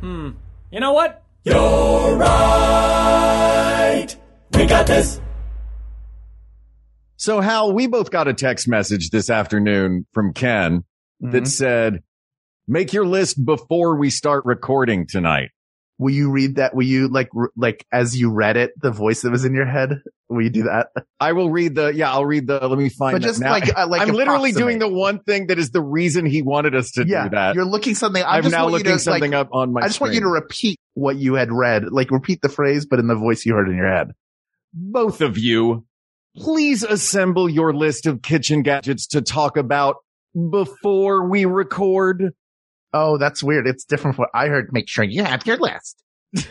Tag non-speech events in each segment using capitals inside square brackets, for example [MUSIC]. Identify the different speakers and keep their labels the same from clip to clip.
Speaker 1: Hmm. You know what? You're right. We got this.
Speaker 2: So, Hal, we both got a text message this afternoon from Ken
Speaker 3: Mm-hmm.
Speaker 2: that said, make your list before we start recording tonight.
Speaker 3: Will you read that? Will you like, r- like as you read it, the voice that was in your head? Will you do that?
Speaker 2: I will read the, yeah, I'll read the, let me find
Speaker 3: But
Speaker 2: that
Speaker 3: just
Speaker 2: now.
Speaker 3: like, uh, like
Speaker 2: I'm literally doing
Speaker 3: approximate.
Speaker 2: the one thing that is the reason he wanted us [LAUGHS] to
Speaker 3: yeah,
Speaker 2: do that.
Speaker 3: you're looking something. I
Speaker 2: I'm
Speaker 3: just
Speaker 2: now
Speaker 3: want you
Speaker 2: looking
Speaker 3: to,
Speaker 2: something
Speaker 3: like,
Speaker 2: up on my
Speaker 3: I just want you to repeat what you had read, like repeat the phrase, but in the voice you heard in your head.
Speaker 2: both of you, please assemble your list of kitchen gadgets to talk about before we record.
Speaker 3: Oh, that's weird. It's different from what I heard. Make sure you have your
Speaker 2: [LAUGHS]
Speaker 3: list.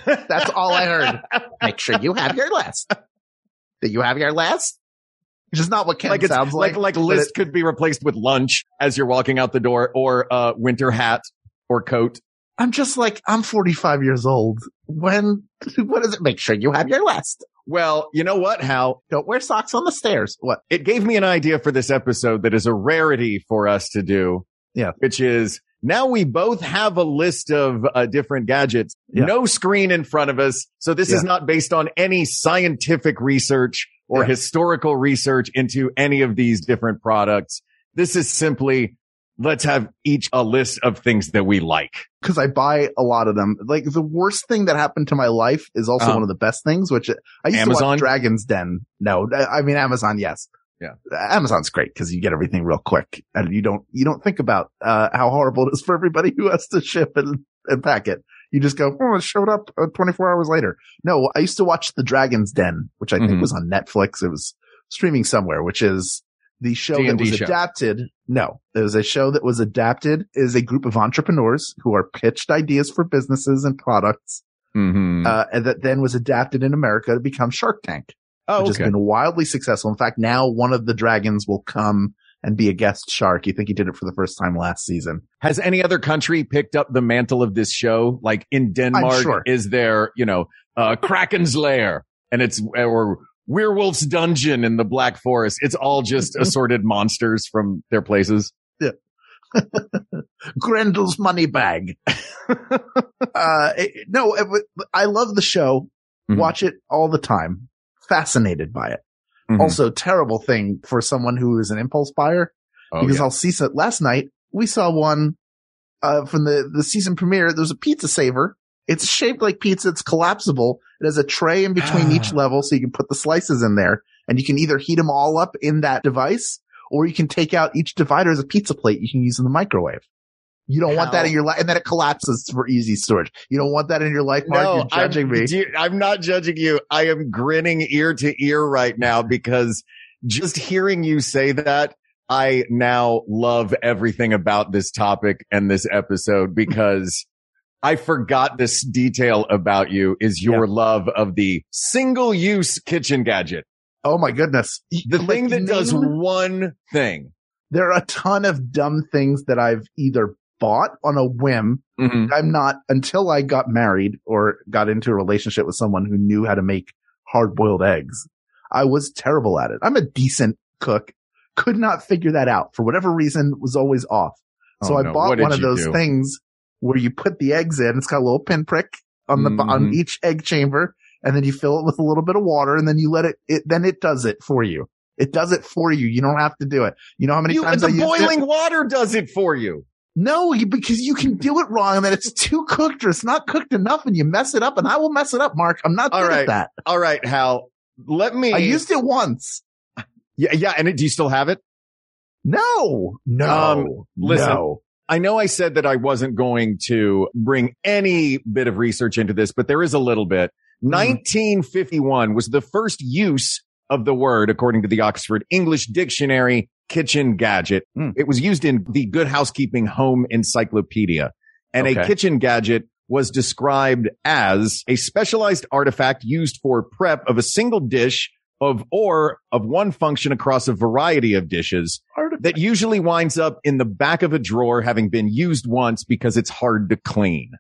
Speaker 3: That's all I heard. Make sure you have your list. That you have your list? Which is not what Ken
Speaker 2: like it's
Speaker 3: sounds like.
Speaker 2: like, like list
Speaker 3: it-
Speaker 2: could be replaced with lunch as you're walking out the door or uh winter hat or coat.
Speaker 3: I'm just like, I'm 45 years old. When, [LAUGHS] what is it? Make sure you have your list.
Speaker 2: Well, you know what, Hal?
Speaker 3: Don't wear socks on the stairs. What?
Speaker 2: It gave me an idea for this episode that is a rarity for us to do.
Speaker 3: Yeah.
Speaker 2: Which is now we both have a list of uh, different gadgets,
Speaker 3: Yeah.
Speaker 2: no screen in front of us. So this is
Speaker 3: Yeah.
Speaker 2: not based on any scientific research or
Speaker 3: Yeah.
Speaker 2: historical research into any of these different products. This is simply let's have each a list of things that we like.
Speaker 3: Cause I buy a lot of them. Like the worst thing that happened to my life is also
Speaker 2: Um,
Speaker 3: one of the best things, which I used to
Speaker 2: Amazon?
Speaker 3: watch Dragon's Den. No, I I mean, Amazon, yes.
Speaker 2: Yeah.
Speaker 3: Amazon's great because you get everything real quick and you don't, you don't think about, uh, how horrible it is for everybody who has to ship and, and pack it. You just go, oh, it showed up uh, 24 hours later. No, I used to watch The Dragon's Den, which I think
Speaker 2: Mhm.
Speaker 3: was on Netflix. It was streaming somewhere, which is the show that
Speaker 2: D&D
Speaker 3: was
Speaker 2: show.
Speaker 3: adapted. No, it was a show that was adapted is a group of entrepreneurs who are pitched ideas for businesses and products,
Speaker 2: Mm-hmm.
Speaker 3: uh, and that then was adapted in America to become Shark Tank,
Speaker 2: oh,
Speaker 3: which has been wildly successful. In fact, now one of the dragons will come and be a guest shark. You think he did it for the first time last season.
Speaker 2: Has any other country picked up the mantle of this show? Like in Denmark,
Speaker 3: sure.
Speaker 2: is there, you know, uh, Kraken's Lair and it's, or Werewolf's Dungeon in the Black Forest. It's
Speaker 3: [LAUGHS]
Speaker 2: all just assorted monsters from their places.
Speaker 3: Grendel's money bag. uh, it- no, it, wa- I love the show.
Speaker 2: Mhm.
Speaker 3: Watch it all the time. Fascinated by it.
Speaker 2: Mhm.
Speaker 3: Also, terrible thing for someone who is an impulse buyer
Speaker 2: Oh,
Speaker 3: because
Speaker 2: yeah.
Speaker 3: I'll see. So last night we saw one uh, from the the season premiere. There's a pizza saver. It's shaped like pizza. It's collapsible. It has a tray in between each
Speaker 2: Ah.
Speaker 3: level, so you can put the slices in there, and you can either heat them all up in that device, or you can take out each divider as a pizza plate. You can use in the microwave. You don't want that in your life, and then it collapses for easy storage. You don't want that in your life, Mark. You're judging
Speaker 2: I'm,
Speaker 3: me.
Speaker 2: do you- I'm not judging you. I am grinning ear to ear right now because just hearing you say that, I now love everything about this topic and this episode because I forgot this detail about you is your love of the single use kitchen gadget.
Speaker 3: oh my goodness!
Speaker 2: The
Speaker 3: Like,
Speaker 2: thing that does
Speaker 3: name-
Speaker 2: one thing.
Speaker 3: there are a ton of dumb things that I've either bought on a whim I'm not until I got married or got into a relationship with someone who knew how to make hard boiled eggs. I was terrible at it. I'm a decent cook. Could not figure that out for whatever reason was always off. So
Speaker 2: Oh,
Speaker 3: I
Speaker 2: no. What
Speaker 3: bought
Speaker 2: did
Speaker 3: one of
Speaker 2: you
Speaker 3: those
Speaker 2: do?
Speaker 3: things where you put the eggs in. It's got a little pinprick on the, bo- on
Speaker 2: Mhm.
Speaker 3: each egg chamber and then you fill it with a little bit of water and then you let it, it, then it does it for you. It does it for you. You don't have to do it. You know how many
Speaker 2: You,
Speaker 3: times I
Speaker 2: the
Speaker 3: used it?
Speaker 2: boiling water does it for you.
Speaker 3: No, you- because you can do it wrong and then it's too cooked or it's not cooked enough and you mess it up and I will mess it up, Mark. I'm not
Speaker 2: All
Speaker 3: good
Speaker 2: right.
Speaker 3: at that.
Speaker 2: All right, Hal. Let me.
Speaker 3: I used it once.
Speaker 2: yeah, yeah. And it, do you still have it?
Speaker 3: No, no,
Speaker 2: Um, listen.
Speaker 3: no.
Speaker 2: I know I said that I wasn't going to bring any bit of research into this, but there is a little bit. 1951 was the first use of the word, according to the Oxford English Dictionary, kitchen gadget.
Speaker 3: Mm.
Speaker 2: It was used in the Good Housekeeping Home Encyclopedia. And
Speaker 3: Okay.
Speaker 2: a kitchen gadget was described as a specialized artifact used for prep of a single dish of or of one function across a variety of dishes that usually winds up in the back of a drawer having been used once because it's hard to clean.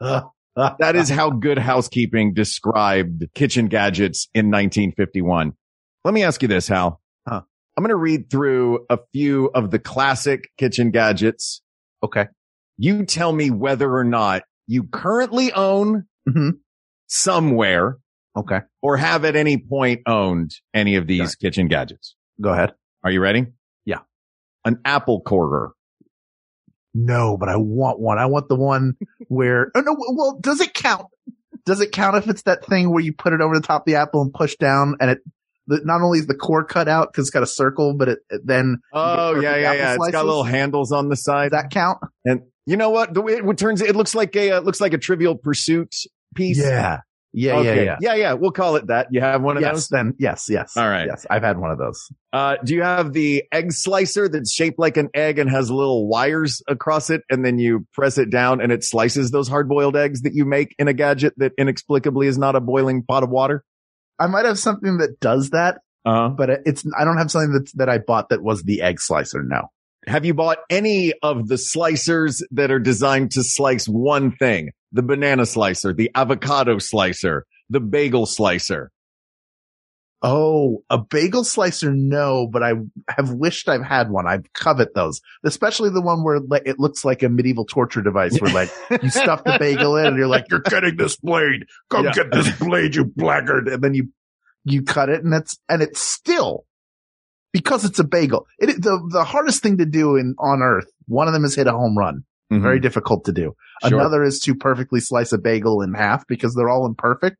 Speaker 2: That is how good housekeeping described kitchen gadgets in 1951. Let me ask you this, Hal.
Speaker 3: Huh.
Speaker 2: I'm going to read through a few of the classic kitchen gadgets.
Speaker 3: Okay.
Speaker 2: You tell me whether or not you currently own
Speaker 3: Mhm.
Speaker 2: somewhere
Speaker 3: Okay.
Speaker 2: or have at any point owned any of these kitchen gadgets.
Speaker 3: Go ahead.
Speaker 2: Are you ready?
Speaker 3: Yeah.
Speaker 2: An apple corer.
Speaker 3: No, but I want one. I want the one [LAUGHS] where, oh no, well, does it count? Does it count if it's that thing where you put it over the top of the apple and push down and it, the, not only is the core cut out because it's got a circle, but it, it then
Speaker 2: Oh,
Speaker 3: perfect
Speaker 2: yeah, yeah,
Speaker 3: apple
Speaker 2: yeah. It's got
Speaker 3: slices?
Speaker 2: little handles on the
Speaker 3: does
Speaker 2: side.
Speaker 3: that count?
Speaker 2: And you know what? The way it turns, it looks like a, uh, looks like a trivial pursuit piece.
Speaker 3: Yeah.
Speaker 2: Okay.
Speaker 3: Yeah. Yeah.
Speaker 2: Yeah. Yeah. We'll call it that. You have one of
Speaker 3: yes.
Speaker 2: those.
Speaker 3: Then yes. Yes.
Speaker 2: All right.
Speaker 3: Yes. I've had one of those.
Speaker 2: Uh, do you have the egg slicer that's shaped like an egg and has little wires across it? And then you press it down and it slices those hard boiled eggs that you make in a gadget that inexplicably is not a boiling pot of water.
Speaker 3: I might have something that does that,
Speaker 2: Uh,
Speaker 3: but it- it's, I don't have something that, that I bought that was the egg slicer. No.
Speaker 2: have you bought any of the slicers that are designed to slice one thing? The banana slicer, the avocado slicer, the bagel slicer.
Speaker 3: Oh, a bagel slicer? No, but I have wished I've had one. I covet those, especially the one where like, it looks like a medieval torture device where
Speaker 2: [LAUGHS]
Speaker 3: like you stuff the bagel in and you're like, you're getting this blade. Come
Speaker 2: Yeah.
Speaker 3: get this blade, you blackguard. And then you, you cut it and it's, and it's still because it's a bagel. It, is- the, the hardest thing to do in on earth, one of them is hit a home run. Very difficult to do.
Speaker 2: Mm-hmm. Sure.
Speaker 3: Another is to perfectly slice a bagel in half because they're all imperfect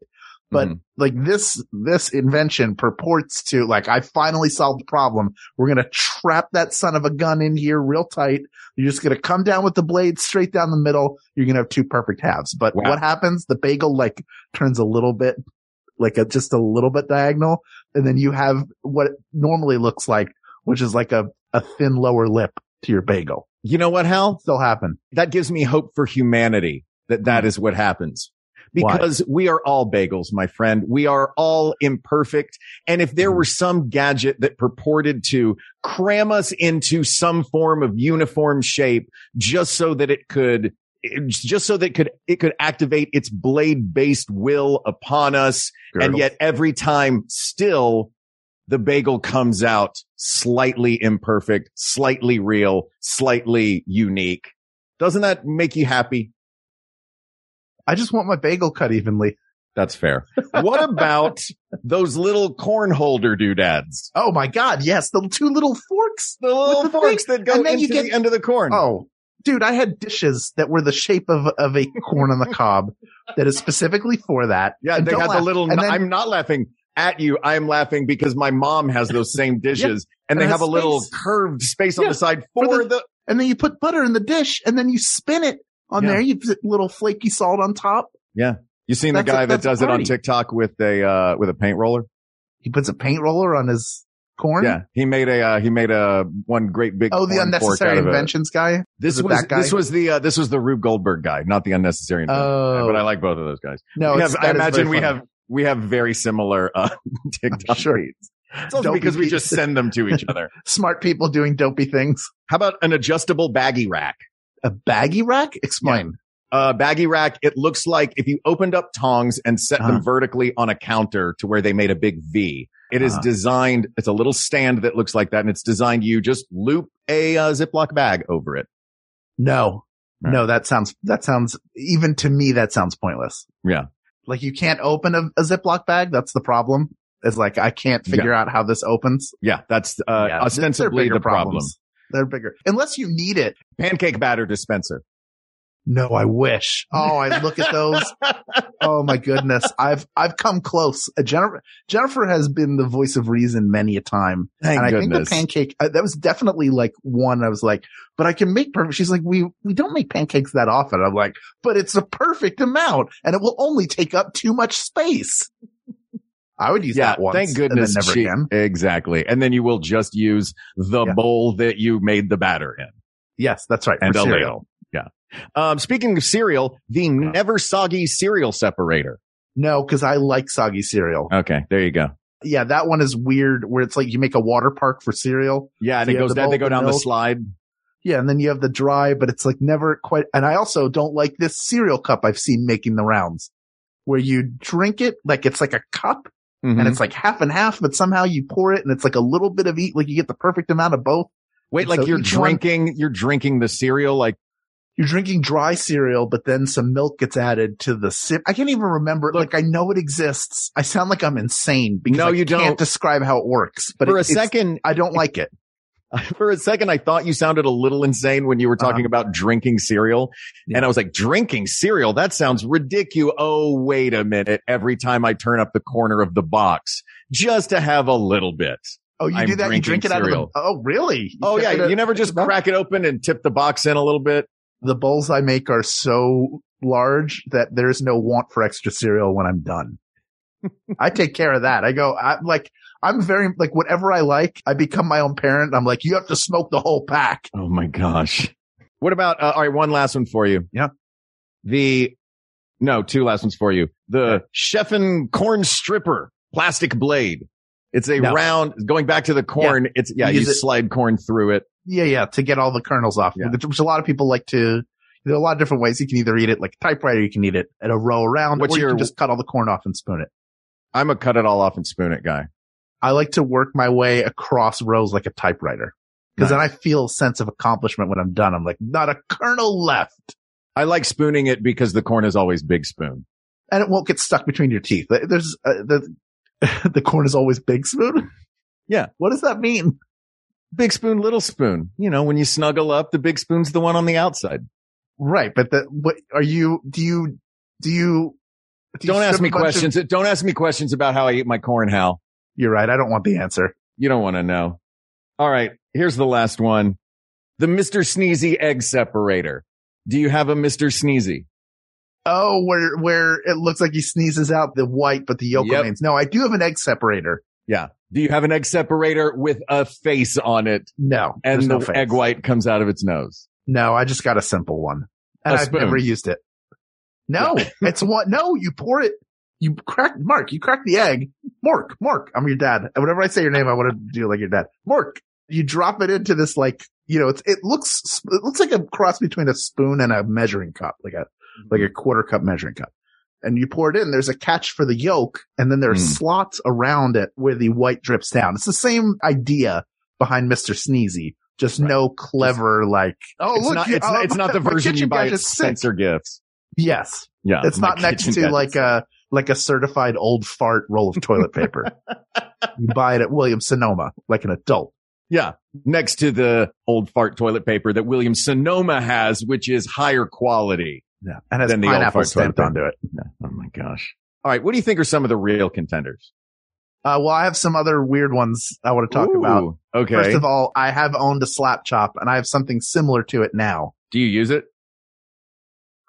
Speaker 3: but- like this this invention purports to like I finally solved the problem. We're gonna trap that son of a gun in here real tight. You're just gonna come down with the blade straight down the middle. You're gonna have two perfect halves. But
Speaker 2: Wow.
Speaker 3: what happens? The bagel like turns a little bit like a just a little bit diagonal, and then you have what it normally looks like, which is like a, a thin lower lip to your bagel.
Speaker 2: you know what, Hal?
Speaker 3: Still happen.
Speaker 2: that gives me hope for humanity that that is what happens
Speaker 3: Why?
Speaker 2: because we are all bagels, my friend. We are all imperfect. And if there were some gadget that purported to cram us into some form of uniform shape just so that it could eh, just so that it could it could activate its blade based will upon us and
Speaker 3: Girdle.
Speaker 2: yet every time still the bagel comes out slightly imperfect, slightly real, slightly unique. Doesn't that make you happy?
Speaker 3: I just want my bagel cut evenly. [LAUGHS]
Speaker 2: That's fair. what about those little corn holder doodads?
Speaker 3: Oh my god, yes, the two little forks.
Speaker 2: The little
Speaker 3: the
Speaker 2: forks that go
Speaker 3: and then
Speaker 2: into
Speaker 3: you get-
Speaker 2: the end of the corn.
Speaker 3: Oh, dude, I had dishes that were the shape of of a [LAUGHS] corn on the cob that is specifically for that.
Speaker 2: yeah,
Speaker 3: And
Speaker 2: they
Speaker 3: don't
Speaker 2: had the
Speaker 3: laugh.
Speaker 2: little.
Speaker 3: And then-
Speaker 2: I'm not laughing at you. I'm laughing because my mom has
Speaker 3: [LAUGHS]
Speaker 2: those same dishes, and,
Speaker 3: And
Speaker 2: they
Speaker 3: it
Speaker 2: have a
Speaker 3: has
Speaker 2: little
Speaker 3: space.
Speaker 2: curved space on
Speaker 3: Yeah,
Speaker 2: the side for,
Speaker 3: for the-
Speaker 2: the
Speaker 3: and then you put butter in the dish, and then you spin it on
Speaker 2: Yeah.
Speaker 3: there. You put little flaky salt on top.
Speaker 2: You seen the
Speaker 3: That's a-
Speaker 2: guy that
Speaker 3: that's a
Speaker 2: does it on
Speaker 3: party.
Speaker 2: TikTok with a uh, with a paint roller?
Speaker 3: He puts a paint roller on his corn.
Speaker 2: Yeah, he made a uh, he made a one great big
Speaker 3: Oh, the
Speaker 2: corn fork out
Speaker 3: unnecessary
Speaker 2: of a-
Speaker 3: inventions guy.
Speaker 2: This
Speaker 3: Is it
Speaker 2: was
Speaker 3: that guy?
Speaker 2: this was the uh, this was the Rube Goldberg guy, not the unnecessary invention. guy,
Speaker 3: Oh,
Speaker 2: but I like both of those guys.
Speaker 3: no.
Speaker 2: we
Speaker 3: it's-
Speaker 2: have, I
Speaker 3: that is very
Speaker 2: imagine we
Speaker 3: funny.
Speaker 2: have we have very similar uh, [LAUGHS] TikTok
Speaker 3: Sure.
Speaker 2: [LAUGHS] feeds. It's also
Speaker 3: Don't be
Speaker 2: because we
Speaker 3: pe-
Speaker 2: just send them
Speaker 3: [LAUGHS]
Speaker 2: to each other.
Speaker 3: smart people doing dopey things.
Speaker 2: How about an adjustable baggy rack?
Speaker 3: A baggy rack? Explain.
Speaker 2: uh, baggy rack. It looks like if you opened up tongs and set
Speaker 3: Uh-huh.
Speaker 2: them vertically on a counter to where they made a big V. It is
Speaker 3: Uh-huh.
Speaker 2: designed. It's a little stand that looks like that, and it's designed. You just loop a uh, Ziploc bag over it.
Speaker 3: No.
Speaker 2: Right.
Speaker 3: No, that sounds, that sounds, even to me, that sounds pointless.
Speaker 2: Yeah.
Speaker 3: Like you can't open a, a Ziploc bag. That's the problem. It's like, I can't figure out how this opens.
Speaker 2: Yeah, that's uh,
Speaker 3: Yeah,
Speaker 2: ostensibly the problem.
Speaker 3: They're bigger. Unless you need it.
Speaker 2: Pancake batter dispenser.
Speaker 3: No, I wish. Oh, I look at
Speaker 2: [LAUGHS]
Speaker 3: those. oh my goodness. I've, I've come close. Uh, Jennifer, Jennifer has been the voice of reason many a time.
Speaker 2: Thank
Speaker 3: and I think
Speaker 2: goodness.
Speaker 3: the pancake uh, that was definitely like one I was like, but I can make perfect. She's like, we we don't make pancakes that often. I'm like, but it's a perfect amount, and it will only take up too much space. I would use
Speaker 2: yeah,
Speaker 3: that once.
Speaker 2: thank goodness.
Speaker 3: and then never
Speaker 2: she-
Speaker 3: again.
Speaker 2: Exactly, and then you will just use the
Speaker 3: Yeah.
Speaker 2: bowl that you made the batter in
Speaker 3: Yes, that's right.
Speaker 2: and
Speaker 3: for
Speaker 2: a
Speaker 3: cereal.
Speaker 2: ladle. Um, speaking of cereal, the never soggy cereal separator.
Speaker 3: No, because I like soggy cereal.
Speaker 2: Okay, there you go.
Speaker 3: yeah, that one is weird where it's like you make a water park for cereal.
Speaker 2: Yeah, and
Speaker 3: So
Speaker 2: it
Speaker 3: you have
Speaker 2: goes
Speaker 3: the
Speaker 2: down. They
Speaker 3: bulk
Speaker 2: go
Speaker 3: of
Speaker 2: down the
Speaker 3: milk.
Speaker 2: slide.
Speaker 3: Yeah, and then you have the dry, but it's like never quite. And I also don't like this cereal cup I've seen making the rounds where you drink it like it's like a cup
Speaker 2: Mhm.
Speaker 3: and it's like half and half, but somehow you pour it and it's like a little bit of each, like you get the perfect amount of both.
Speaker 2: Wait,
Speaker 3: and
Speaker 2: like
Speaker 3: so
Speaker 2: you're
Speaker 3: each one-
Speaker 2: drinking, you're drinking the cereal. Like
Speaker 3: You're drinking dry cereal, but then some milk gets added to the sip. I can't even remember.
Speaker 2: Look-
Speaker 3: like I know it exists. I sound like I'm insane because
Speaker 2: No,
Speaker 3: I
Speaker 2: you don't.
Speaker 3: can't describe how it works, but
Speaker 2: for
Speaker 3: it-
Speaker 2: a
Speaker 3: it's-
Speaker 2: second,
Speaker 3: I don't like it.
Speaker 2: for a second, I thought you sounded a little insane when you were
Speaker 3: Uh-huh.
Speaker 2: talking about drinking cereal, and I was like, drinking cereal? That sounds ridiculous. Oh, wait a minute! Every time I turn up the corner of the box just to have a little bit.
Speaker 3: Oh, you
Speaker 2: I'm
Speaker 3: do that? You drink
Speaker 2: drinking
Speaker 3: it out
Speaker 2: cereal.
Speaker 3: of the, oh, really? You
Speaker 2: oh
Speaker 3: check
Speaker 2: yeah,
Speaker 3: it out-
Speaker 2: you never just crack it open and tip the box in a little bit.
Speaker 3: the bowls I make are so large that there's no want for extra cereal when I'm
Speaker 2: [LAUGHS]
Speaker 3: done. I take care of that. I go, I'm like, I'm very, like, whatever I like, I become my own parent. I'm like, you have to smoke the whole pack.
Speaker 2: Oh my gosh. What about, uh, all right, one last one for you.
Speaker 3: Yeah.
Speaker 2: The, no, two last ones for you. The Sheffen corn stripper plastic blade. It's a
Speaker 3: No.
Speaker 2: round, going back to the corn. It's, yeah,
Speaker 3: You
Speaker 2: you,
Speaker 3: use it-
Speaker 2: slide corn through it.
Speaker 3: Yeah. Yeah. To get all the kernels off,
Speaker 2: Yeah.
Speaker 3: which, which a lot of people like to, there are a lot of different ways. You can either eat it like a typewriter, you can eat it at a row around,
Speaker 2: What's
Speaker 3: or you
Speaker 2: your-
Speaker 3: can just cut all the corn off and spoon it.
Speaker 2: I'm a cut it all off and spoon it guy.
Speaker 3: I like to work my way across rows like a typewriter. Cause then I feel a sense of accomplishment when I'm done. I'm like, not a kernel left.
Speaker 2: I like spooning it because the corn is always big spoon.
Speaker 3: and it won't get stuck between your teeth. There's uh, the [LAUGHS] the corn is always big spoon.
Speaker 2: Yeah.
Speaker 3: What does that mean?
Speaker 2: Big spoon, little spoon. You know, when you snuggle up, the big spoon's the one on the outside.
Speaker 3: Right, but the what are you? Do you do you? do you
Speaker 2: Don't ask
Speaker 3: strip
Speaker 2: me
Speaker 3: a bunch of-
Speaker 2: questions. Don't ask me questions about how I eat my corn, Hal.
Speaker 3: you're right. I don't want the answer.
Speaker 2: You don't want to know. All right. Here's the last one. The Mr. Sneezy egg separator. Do you have a Mr. Sneezy?
Speaker 3: Oh, where where it looks like he sneezes out the white, but the yolk
Speaker 2: Yep.
Speaker 3: remains. No, I do have an egg separator.
Speaker 2: Do you have an egg separator with a face on it
Speaker 3: No,
Speaker 2: and
Speaker 3: there's
Speaker 2: the
Speaker 3: no face.
Speaker 2: egg white comes out of its nose?
Speaker 3: No, I just got a simple one, and
Speaker 2: A
Speaker 3: I've
Speaker 2: spoon.
Speaker 3: never used it. No, [LAUGHS] it's one. No, you pour it. You crack Mark. You crack the egg. Mark, Mark. I'm your dad. And Whenever I say your name, I want to do like your dad. Mark. You drop it into this like you know. It's it looks it looks like a cross between a spoon and a measuring cup, like a
Speaker 2: Mm-hmm.
Speaker 3: like a quarter cup measuring cup. And you pour it in. There's a catch for the yolk, and then there are
Speaker 2: Mm.
Speaker 3: slots around it where the white drips down. It's the same idea behind Mister Sneezy. Just
Speaker 2: Right.
Speaker 3: no clever like oh
Speaker 2: it's,
Speaker 3: look
Speaker 2: not,
Speaker 3: you-
Speaker 2: it's,
Speaker 3: oh,
Speaker 2: not, it's not the
Speaker 3: my
Speaker 2: version you
Speaker 3: kitchen
Speaker 2: buy at
Speaker 3: gadget's sick.
Speaker 2: Spencer Gifts.
Speaker 3: Yes,
Speaker 2: Yeah.
Speaker 3: it's
Speaker 2: my
Speaker 3: not next to
Speaker 2: kitchen gadget.
Speaker 3: like a like a certified old fart roll of toilet
Speaker 2: [LAUGHS]
Speaker 3: paper. you buy it at Williams Sonoma like an adult.
Speaker 2: Yeah. Next to the old fart toilet paper that William Sonoma has, which is higher quality.
Speaker 3: Yeah, and has
Speaker 2: Then the old
Speaker 3: pineapple
Speaker 2: fart
Speaker 3: stamped
Speaker 2: toilet
Speaker 3: onto
Speaker 2: paper.
Speaker 3: it.
Speaker 2: Oh my gosh. All right. What do you think are some of the real contenders?
Speaker 3: Uh, well, I have some other weird ones I want to talk
Speaker 2: Ooh,
Speaker 3: about.
Speaker 2: Okay.
Speaker 3: First of all, I have owned a slap chop, and I have something similar to it now.
Speaker 2: do you use it?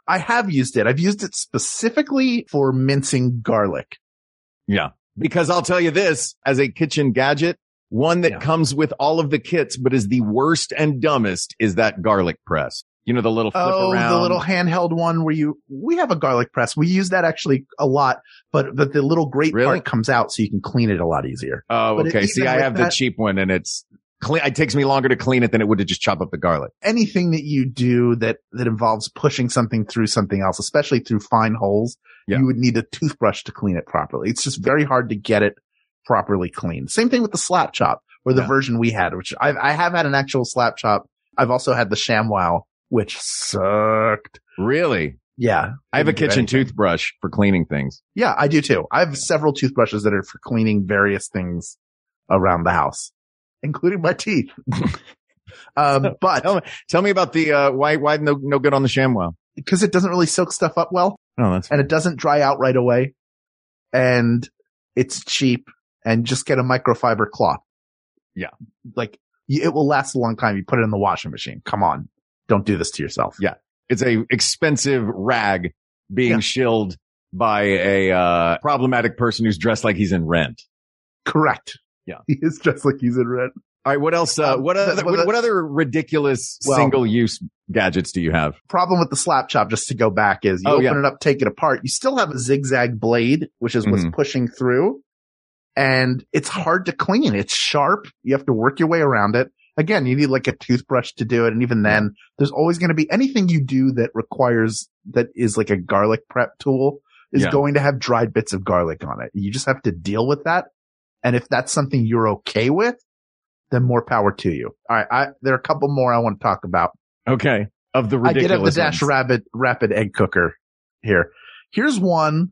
Speaker 3: I have used it. I've used it specifically for mincing garlic.
Speaker 2: Because I'll tell you this as a kitchen gadget, one that
Speaker 3: Yeah.
Speaker 2: comes with all of the kits, but is the worst and dumbest is that garlic press. You know, the little flip
Speaker 3: Oh,
Speaker 2: around.
Speaker 3: the little handheld one where you we have a garlic press. We use that actually a lot, but but the little grate
Speaker 2: Really?
Speaker 3: part comes out so you can clean it a lot easier.
Speaker 2: oh,
Speaker 3: but it-
Speaker 2: okay. See,
Speaker 3: even
Speaker 2: I
Speaker 3: with
Speaker 2: have the
Speaker 3: that-
Speaker 2: cheap one and it's clean. It takes me longer to clean it than it would to just chop up the garlic.
Speaker 3: Anything that you do that that involves pushing something through something else, especially through fine holes,
Speaker 2: Yeah.
Speaker 3: you would need a toothbrush to clean it properly. It's just very hard to get it properly cleaned. Same thing with the slap chop or the
Speaker 2: Yeah.
Speaker 3: version we had, which I've, I have had an actual slap chop. I've also had the ShamWow, which sucked.
Speaker 2: Really?
Speaker 3: Yeah.
Speaker 2: I have a
Speaker 3: Didn't do
Speaker 2: kitchen
Speaker 3: anything.
Speaker 2: toothbrush for cleaning things.
Speaker 3: Yeah, I do too. I have several toothbrushes that are for cleaning various things around the house, including my
Speaker 2: [LAUGHS]
Speaker 3: teeth. um, but
Speaker 2: Tell me about the, uh, why, why no, no good on the ShamWow?
Speaker 3: because it doesn't really soak stuff up well
Speaker 2: Oh, that's,
Speaker 3: and it doesn't dry out right away and it's cheap and just get a microfiber cloth.
Speaker 2: Yeah.
Speaker 3: Like y- it will last a long time. You put it in the washing machine. Come on. Don't do this to yourself.
Speaker 2: Yeah. it's a expensive rag being
Speaker 3: Yeah.
Speaker 2: shilled by a, uh, problematic person who's dressed like he's in rent.
Speaker 3: Correct. [LAUGHS]
Speaker 2: Yeah.
Speaker 3: He is dressed like he's in red.
Speaker 2: All right. What else? Uh,
Speaker 3: Um,
Speaker 2: what
Speaker 3: but-
Speaker 2: other,
Speaker 3: but the-
Speaker 2: what, what other ridiculous
Speaker 3: Well-
Speaker 2: single use gadgets do you have?
Speaker 3: problem with the slap chop, just to go back, is you
Speaker 2: Oh,
Speaker 3: open
Speaker 2: yeah.
Speaker 3: it up, take it apart. You still have a zigzag blade, which is
Speaker 2: Mm-hmm.
Speaker 3: what's pushing through. And it's hard to clean. It's sharp. You have to work your way around it. Again, you need like a toothbrush to do it. And even then, there's always going to be anything you do that requires, that is like a garlic prep tool is
Speaker 2: Yeah.
Speaker 3: going to have dried bits of garlic on it. You just have to deal with that. And if that's something you're okay with, then more power to you. All right. I, there are a couple more I want to talk about.
Speaker 2: Okay. Of the
Speaker 3: I get up the
Speaker 2: ridiculous.
Speaker 3: dash
Speaker 2: ones.
Speaker 3: rapid rapid egg cooker here. Here's one.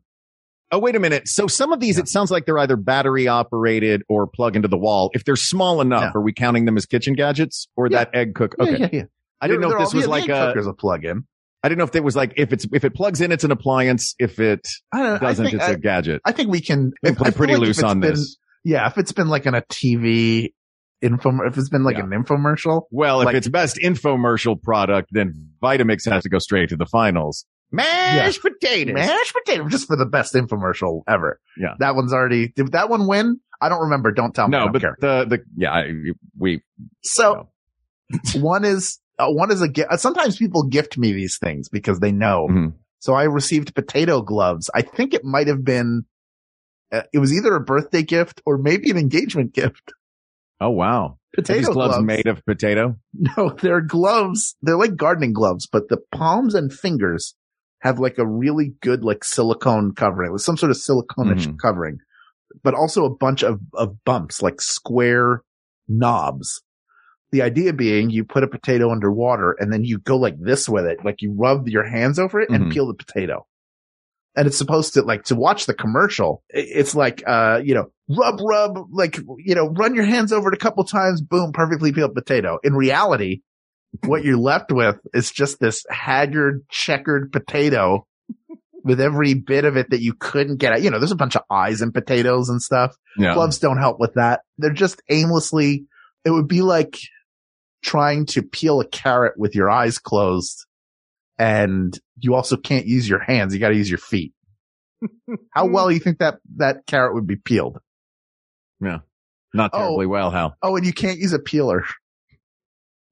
Speaker 2: Oh, wait a minute. So some of these, it sounds like they're either battery operated or plug into the wall. If they're small enough, are we counting them as kitchen gadgets or
Speaker 3: Yeah.
Speaker 2: that egg cook?
Speaker 3: Yeah,
Speaker 2: Okay.
Speaker 3: yeah, yeah.
Speaker 2: I didn't know if
Speaker 3: They're-
Speaker 2: this
Speaker 3: they're
Speaker 2: was
Speaker 3: all- yeah,
Speaker 2: like
Speaker 3: the egg
Speaker 2: a,
Speaker 3: cooker's a plug-in.
Speaker 2: I didn't know if it was like, if it's, if it plugs in, it's an appliance. If it
Speaker 3: [LAUGHS] I don't. I
Speaker 2: doesn't,
Speaker 3: think,
Speaker 2: it's
Speaker 3: I,
Speaker 2: a gadget.
Speaker 3: I think we can.
Speaker 2: They
Speaker 3: I
Speaker 2: play
Speaker 3: feel
Speaker 2: pretty
Speaker 3: like if
Speaker 2: loose
Speaker 3: it's
Speaker 2: on
Speaker 3: been-
Speaker 2: this.
Speaker 3: Yeah, if it's been like on a TV infom, if it's been like
Speaker 2: Yeah.
Speaker 3: an infomercial,
Speaker 2: Well,
Speaker 3: Like-
Speaker 2: if it's best infomercial product, then Vitamix has to go straight to the finals. Mashed potatoes.
Speaker 3: mashed potato, just for the best infomercial ever.
Speaker 2: Yeah.
Speaker 3: that one's already. Did that one win? I don't remember. Don't tell me. I
Speaker 2: No,
Speaker 3: don't
Speaker 2: but
Speaker 3: care.
Speaker 2: the the yeah, I, we
Speaker 3: So
Speaker 2: [LAUGHS]
Speaker 3: one is uh, one is a gift. Sometimes people gift me these things because they know.
Speaker 2: Mhm.
Speaker 3: So I received potato gloves. I think it might have been uh, it was either a birthday gift or maybe an engagement gift.
Speaker 2: oh wow, Are
Speaker 3: Potato
Speaker 2: [LAUGHS] these gloves, made of potato.
Speaker 3: [LAUGHS] No, they're gloves. They're like gardening gloves, but the palms and fingers have like a really good like silicone covering. It was some sort of silicone-ish
Speaker 2: Mhm.
Speaker 3: covering, but also a bunch of, of bumps, like square knobs. The idea being you put a potato underwater and then you go like this with it. Like you rub your hands over it and
Speaker 2: Mhm.
Speaker 3: peel the potato. And it's supposed to like to watch the commercial. i- It's like, uh, you know, rub, rub, like, you know, run your hands over it a couple times. Boom, perfectly peeled potato. In reality, what you're left with is just this haggard, checkered potato with every bit of it that you couldn't get at. You know, there's a bunch of eyes in potatoes and stuff.
Speaker 2: Yeah,
Speaker 3: Gloves don't help with that. They're just aimlessly, it would be like trying to peel a carrot with your eyes closed. And you also can't use your hands. You got to use your feet. How well you think that that carrot would be peeled?
Speaker 2: not
Speaker 3: oh.
Speaker 2: terribly well. Hal.
Speaker 3: Oh, and you can't use a peeler.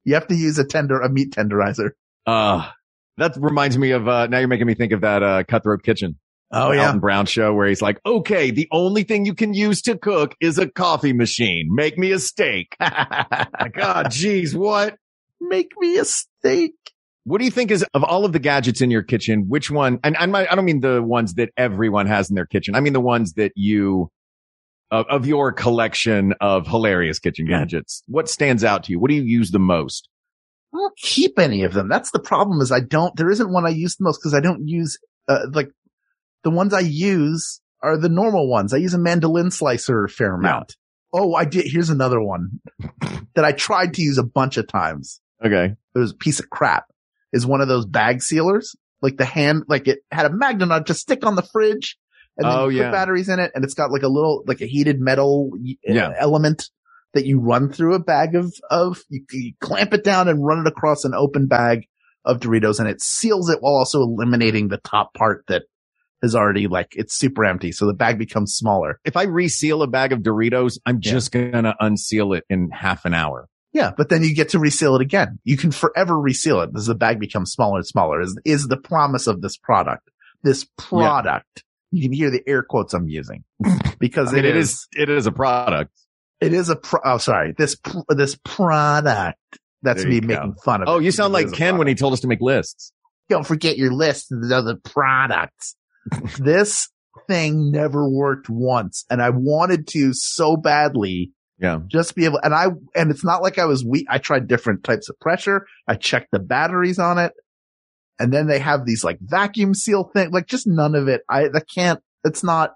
Speaker 3: You have to use a tender, a meat tenderizer.
Speaker 2: Uh that reminds me of uh now you're making me think of that uh Cutthroat Kitchen.
Speaker 3: Oh,
Speaker 2: Alton Brown show where he's like, okay, the only thing you can use to cook is a coffee machine. Make me a steak. [LAUGHS] My God, geez, what?
Speaker 3: Make me a steak.
Speaker 2: What do you think is of all of the gadgets in your kitchen? Which one? And I'm not, I don't mean the ones that everyone has in their kitchen. I mean the ones that you of, of your collection of hilarious kitchen gadgets. What stands out to you? What do you use the most?
Speaker 3: I don't keep any of them. That's the problem is I don't, there isn't one I use the most because I don't use, uh, like the ones I use are the normal ones. I use a mandolin slicer a fair amount. Oh, I did. Here's another one that I tried to use a bunch of times.
Speaker 2: Okay.
Speaker 3: It was a piece of crap is one of those bag sealers. Like the hand, like it had a magnet on it to stick on the fridge and then
Speaker 2: Oh,
Speaker 3: you
Speaker 2: yeah.
Speaker 3: put batteries in it. And it's got like a little, like a heated metal y- uh,
Speaker 2: Yeah.
Speaker 3: element that you run through a bag of, of you, you clamp it down and run it across an open bag of Doritos and it seals it while also eliminating the top part that is already like, it's super empty. So the bag becomes smaller.
Speaker 2: If I reseal a bag of Doritos, I'm
Speaker 3: Yeah.
Speaker 2: just going to unseal it in half an hour.
Speaker 3: Yeah, but then you get to reseal it again. You can forever reseal it as the bag becomes smaller and smaller is, is the promise of this product. This product. You can hear the air quotes I'm
Speaker 2: [LAUGHS]
Speaker 3: using because
Speaker 2: I mean,
Speaker 3: it
Speaker 2: it
Speaker 3: is,
Speaker 2: is, it is a product.
Speaker 3: it is a pro- oh sorry, this pr- this product. That's
Speaker 2: There
Speaker 3: me
Speaker 2: you go.
Speaker 3: making fun of it
Speaker 2: Oh, you
Speaker 3: because
Speaker 2: sound
Speaker 3: it
Speaker 2: like
Speaker 3: is a
Speaker 2: Ken when
Speaker 3: product.
Speaker 2: he told us to make lists.
Speaker 3: don't forget your list of the other
Speaker 2: [LAUGHS]
Speaker 3: products. this thing never worked once and I wanted to so badly
Speaker 2: Yeah.
Speaker 3: just be able and i and it's not like i was weak i tried different types of pressure i checked the batteries on it and then they have these like vacuum seal thing like just none of it i that can't it's not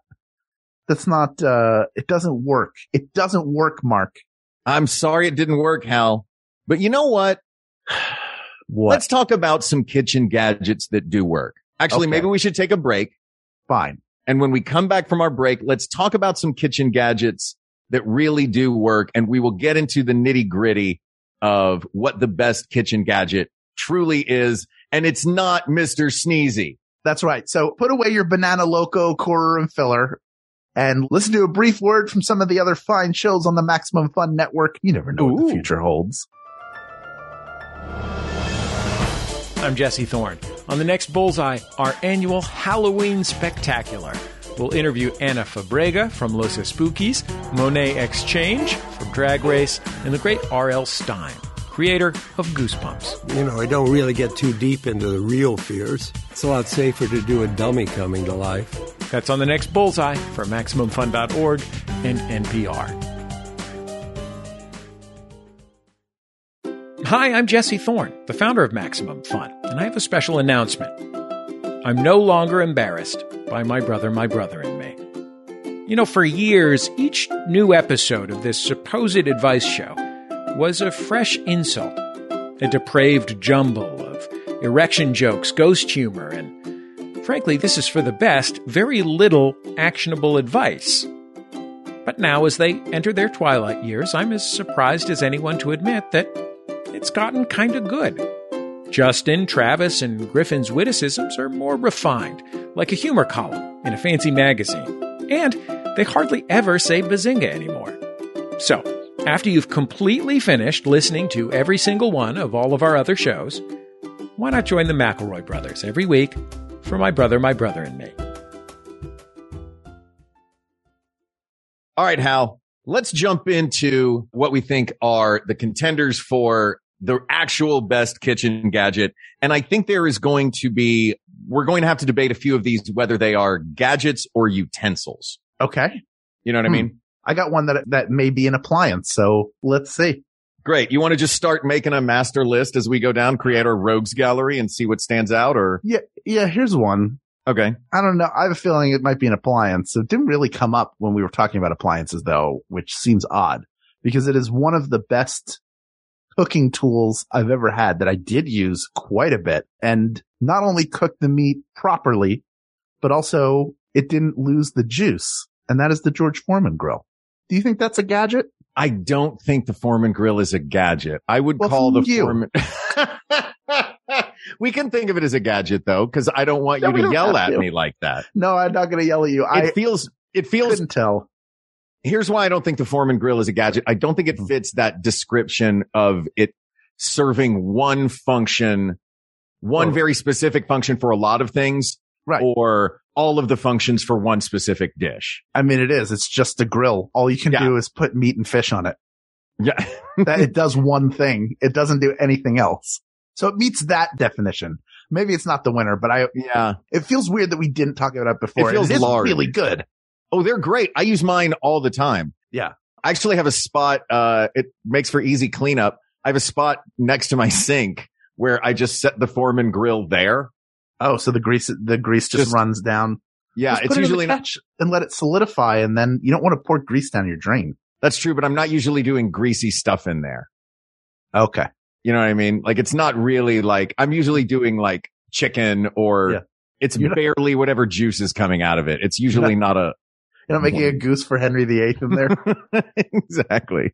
Speaker 3: that's not uh it doesn't work it doesn't work mark
Speaker 2: I'm sorry it didn't work, Hal. But you know what?
Speaker 3: what
Speaker 2: Let's talk about some kitchen gadgets that do work. Actually,
Speaker 3: Okay.
Speaker 2: maybe we should take a break.
Speaker 3: fine
Speaker 2: And when we come back from our break, let's talk about some kitchen gadgets that really do work. And we will get into the nitty gritty of what the best kitchen gadget truly is. And it's not Mr. Sneezy.
Speaker 3: that's right so put away your banana loco quarter and filler and listen to a brief word from some of the other fine shows on the Maximum Fun Network. You never know what
Speaker 4: Ooh.
Speaker 3: the future holds.
Speaker 4: I'm Jesse Thorne. On the next Bullseye, our annual Halloween Spectacular. We'll interview Anna Fabrega from Los Spookies, Monet Exchange from Drag Race, and the great R.L. Stein, creator of Goosebumps.
Speaker 5: You know, I don't really get too deep into the real fears. It's a lot safer to do a dummy coming to life.
Speaker 4: That's on the next Bullseye for MaximumFun.org and NPR. Hi, I'm Jesse Thorne, the founder of Maximum Fun, and I have a special announcement. I'm no longer embarrassed by my brother, my brother, and me. You know, for years, each new episode of this supposed advice show was a fresh insult, a depraved jumble of erection jokes, ghost humor, and Frankly, this is for the best, very little actionable advice. But now, as they enter their twilight years, I'm as surprised as anyone to admit that it's gotten kind of good. Justin, Travis, and Griffin's witticisms are more refined, like a humor column in a fancy magazine. And they hardly ever say bazinga anymore. So, after you've completely finished listening to every single one of all of our other shows, why not join the McElroy brothers every week for My Brother, My Brother, and Me?
Speaker 2: All right, Hal, let's jump into what we think are the contenders for the actual best kitchen gadget. And I think there is going to be, we're going to have to debate a few of these, whether they are gadgets or utensils.
Speaker 3: Okay.
Speaker 2: You know what
Speaker 3: Hmm.
Speaker 2: I mean?
Speaker 3: I got one that, that may be an appliance. So let's see.
Speaker 2: Great. You want to just start making a master list as we go down, create our rogues gallery and see what stands out or?
Speaker 3: Yeah. Here's one.
Speaker 2: Okay.
Speaker 3: I don't know. I have a feeling it might be an appliance. It didn't really come up when we were talking about appliances though, which seems odd because it is one of the best cooking tools I've ever had that I did use quite a bit and not only cooked the meat properly, but also it didn't lose the juice. And that is the George Foreman grill. Do you think that's a gadget?
Speaker 2: I don't think the Foreman grill is a gadget. I would
Speaker 3: Well,
Speaker 2: call the
Speaker 3: thank you.
Speaker 2: Foreman. [LAUGHS] we can think of it as a gadget though, because I don't want
Speaker 3: No, we
Speaker 2: you to
Speaker 3: don't
Speaker 2: yell
Speaker 3: have
Speaker 2: at
Speaker 3: to.
Speaker 2: me like that.
Speaker 3: No, I'm not going to yell at you.
Speaker 2: It
Speaker 3: I
Speaker 2: feels, it feels,
Speaker 3: couldn't tell.
Speaker 2: here's why I don't think the Foreman grill is a gadget. I don't think it fits that description of it serving one function, one
Speaker 3: Oh.
Speaker 2: very specific function for a lot of things
Speaker 3: Right.
Speaker 2: or all of the functions for one specific dish.
Speaker 3: I mean, it is. It's just a grill. All you can
Speaker 2: Yeah.
Speaker 3: do is put meat and fish on it.
Speaker 2: Yeah. [LAUGHS]
Speaker 3: that it does one thing. It doesn't do anything else. So it meets that definition. Maybe it's not the winner, but I,
Speaker 2: Yeah.
Speaker 3: it feels weird that we didn't talk about it before. and
Speaker 2: feels
Speaker 3: is
Speaker 2: large.
Speaker 3: really good.
Speaker 2: Oh, they're great. I use mine all the time.
Speaker 3: Yeah.
Speaker 2: I actually have a spot. Uh, it makes for easy cleanup. I have a spot next to my sink where I just set the Foreman grill there.
Speaker 3: Oh, so the grease, the grease just,
Speaker 2: Just-
Speaker 3: runs down.
Speaker 2: Yeah.
Speaker 3: Just
Speaker 2: it's
Speaker 3: put it in the
Speaker 2: usually not,
Speaker 3: catch and let it solidify. And then you don't want to pour grease down your drain.
Speaker 2: that's true, but I'm not usually doing greasy stuff in there.
Speaker 3: Okay.
Speaker 2: You know what I mean? Like it's not really like I'm usually doing like chicken or
Speaker 3: Yeah.
Speaker 2: it's
Speaker 3: You're not-
Speaker 2: barely whatever juice is coming out of it. It's usually not a [LAUGHS]
Speaker 3: You're not making a goose for Henry VIII in there.
Speaker 2: exactly.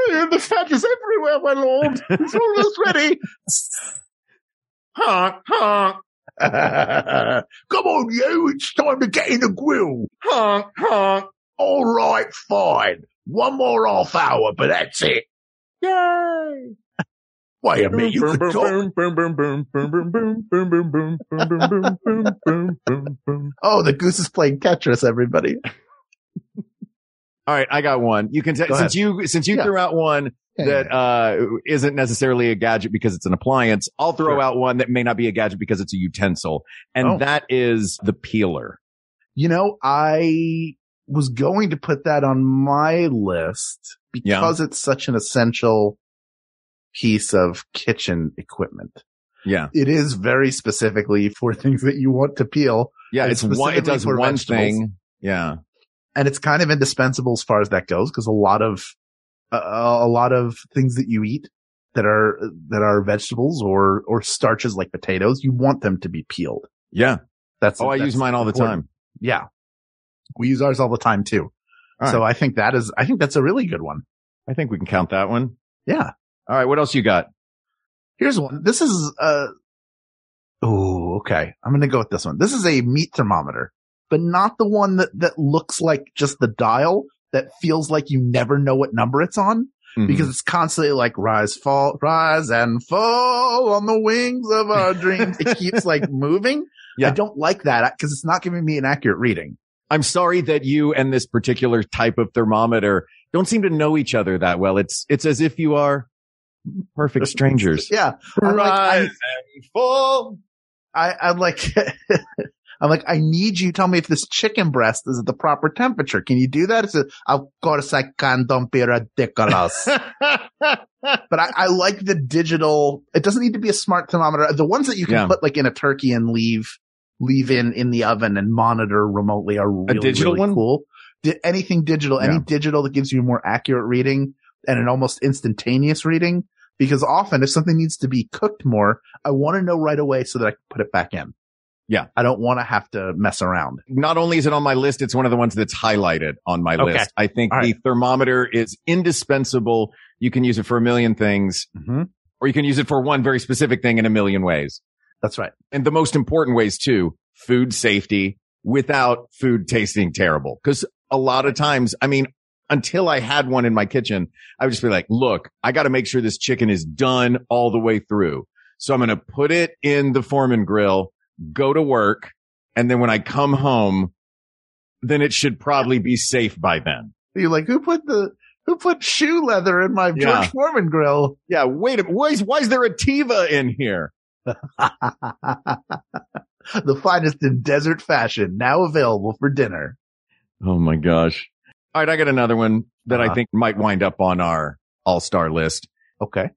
Speaker 3: the fat is everywhere, my lord. It's almost ready.
Speaker 2: Honk, honk,
Speaker 3: [LAUGHS] Come on, you. It's time to get in the grill.
Speaker 2: honk, honk.
Speaker 3: All right, fine. One more half hour, but that's it.
Speaker 2: Yay!
Speaker 3: Wait a minute, you
Speaker 6: boom, boom,
Speaker 3: could talk.
Speaker 6: boom, boom, boom, boom, boom, boom, boom, boom, boom, boom, boom, boom, boom, boom, boom, boom, boom.
Speaker 3: Oh, the goose is playing Tetris, everybody.
Speaker 2: All right, I got one. You can t-
Speaker 3: Go ahead.
Speaker 2: since you since you
Speaker 3: Yeah.
Speaker 2: threw out one that uh isn't necessarily a gadget because it's an appliance, I'll throw
Speaker 3: Sure.
Speaker 2: out one that may not be a gadget because it's a utensil. And
Speaker 3: Oh.
Speaker 2: that is the peeler.
Speaker 3: You know, I was going to put that on my list
Speaker 2: Yeah.
Speaker 3: because it's such an essential piece of kitchen equipment.
Speaker 2: Yeah.
Speaker 3: It is very specifically for [LAUGHS] things that you want to peel,
Speaker 2: Yeah,
Speaker 3: And
Speaker 2: it's one it
Speaker 3: specifically
Speaker 2: does
Speaker 3: for
Speaker 2: one
Speaker 3: vegetables.
Speaker 2: thing. Yeah.
Speaker 3: and it's kind of indispensable as far as that goes because a lot of uh, a lot of things that you eat that are that are vegetables or or starches like potatoes, you want them to be peeled.
Speaker 2: Yeah.
Speaker 3: That's
Speaker 2: Oh, I
Speaker 3: that's
Speaker 2: use mine all the
Speaker 3: important.
Speaker 2: time.
Speaker 3: Yeah. We use ours all the time too.
Speaker 2: All
Speaker 3: so I think that is, I think that's a really good one.
Speaker 2: I think we can count that one.
Speaker 3: Yeah.
Speaker 2: All right. What else you got?
Speaker 3: Here's one. This is, uh, oh, okay. I'm going to go with this one. This is a meat thermometer but not the one that, that looks like just the dial that feels like you never know what number it's on
Speaker 2: Mhm.
Speaker 3: because it's constantly like rise, fall, rise and fall on the wings of
Speaker 2: [LAUGHS]
Speaker 3: our dreams. It keeps like moving.
Speaker 2: Yeah.
Speaker 3: I don't like that because it's not giving me an accurate reading.
Speaker 2: I'm sorry that you and this particular type of thermometer don't seem to know each other that well. It's it's as if you are
Speaker 3: [LAUGHS]
Speaker 2: perfect strangers.
Speaker 3: Yeah. I'm like, I-
Speaker 2: and fall.
Speaker 3: I, I'm like, [LAUGHS] I'm like, I need you. to Tell me if this chicken breast is at the proper temperature. Can you do that? It's a, of course I can. Don't be
Speaker 2: [LAUGHS]
Speaker 3: ridiculous. but I, I like the digital. It doesn't need to be a smart thermometer. The ones that you can
Speaker 2: Yeah.
Speaker 3: put like in a turkey and leave, leave in in the oven and monitor remotely are really,
Speaker 2: digital
Speaker 3: really
Speaker 2: one?
Speaker 3: cool. Di- anything digital, any
Speaker 2: Yeah.
Speaker 3: digital that gives you a more accurate reading and an almost instantaneous reading. Because often if something needs to be cooked more, I want to know right away so that I can put it back in.
Speaker 2: Yeah.
Speaker 3: I don't want to have to mess around.
Speaker 2: Not only is it on my list, it's one of the ones that's highlighted on my
Speaker 3: Okay.
Speaker 2: list. I think
Speaker 3: All
Speaker 2: the thermometer is indispensable. You can use it for a million things,
Speaker 3: Mm-hmm.
Speaker 2: or you can use it for one very specific thing in a million ways.
Speaker 3: That's right.
Speaker 2: and the most important ways too, food safety without food tasting terrible. Cause a lot of times, I mean, until I had one in my kitchen, I would just be like, look, I got to make sure this chicken is done all the way through. So I'm going to put it in the Foreman grill, go to work. And then when I come home, then it should probably be safe by then.
Speaker 3: You're like, who put the, who put shoe leather in my
Speaker 2: Yeah.
Speaker 3: George Foreman grill?
Speaker 2: Yeah. Wait a minute. Why is, why is there a Tiva in here?
Speaker 3: [LAUGHS] the finest in desert fashion, now available for dinner.
Speaker 2: Oh my gosh. All right. I got another one that I
Speaker 3: Uh-huh.
Speaker 2: think might wind up on our all star list.
Speaker 3: Okay.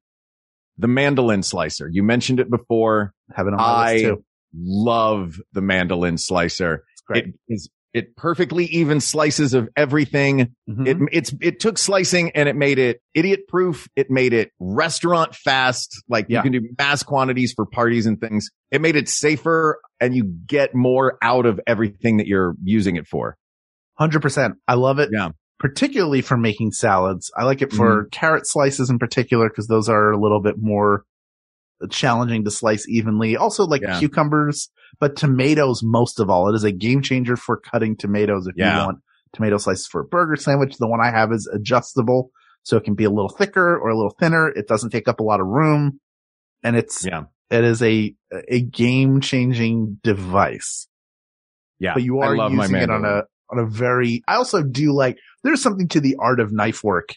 Speaker 2: the mandolin slicer. You mentioned it before.
Speaker 3: Have it on my
Speaker 2: I-
Speaker 3: list too.
Speaker 2: Love the mandolin slicer.
Speaker 3: It's great.
Speaker 2: It is it perfectly even slices of everything.
Speaker 3: Mhm.
Speaker 2: It it's it took slicing and it made it idiot proof. It made it restaurant fast. Like you
Speaker 3: Yeah.
Speaker 2: can do mass quantities for parties and things. It made it safer and you get more out of everything that you're using it for.
Speaker 3: 100%. I love it.
Speaker 2: Yeah. Mm-hmm.
Speaker 3: Particularly for making salads. I like it for carrot slices in particular because those are a little bit more challenging to slice evenly. Also like
Speaker 2: Yeah.
Speaker 3: cucumbers, but tomatoes most of all. It is a game changer for cutting tomatoes if
Speaker 2: Yeah.
Speaker 3: you want tomato slices for a burger sandwich. The one I have is adjustable so it can be a little thicker or a little thinner. It doesn't take up a lot of room and it's
Speaker 2: Yeah.
Speaker 3: it is a a game changing device
Speaker 2: Yeah.
Speaker 3: but you
Speaker 2: I
Speaker 3: are
Speaker 2: love my
Speaker 3: using it on
Speaker 2: mandolin.
Speaker 3: a on a very. I also do like there's something to the art of knife work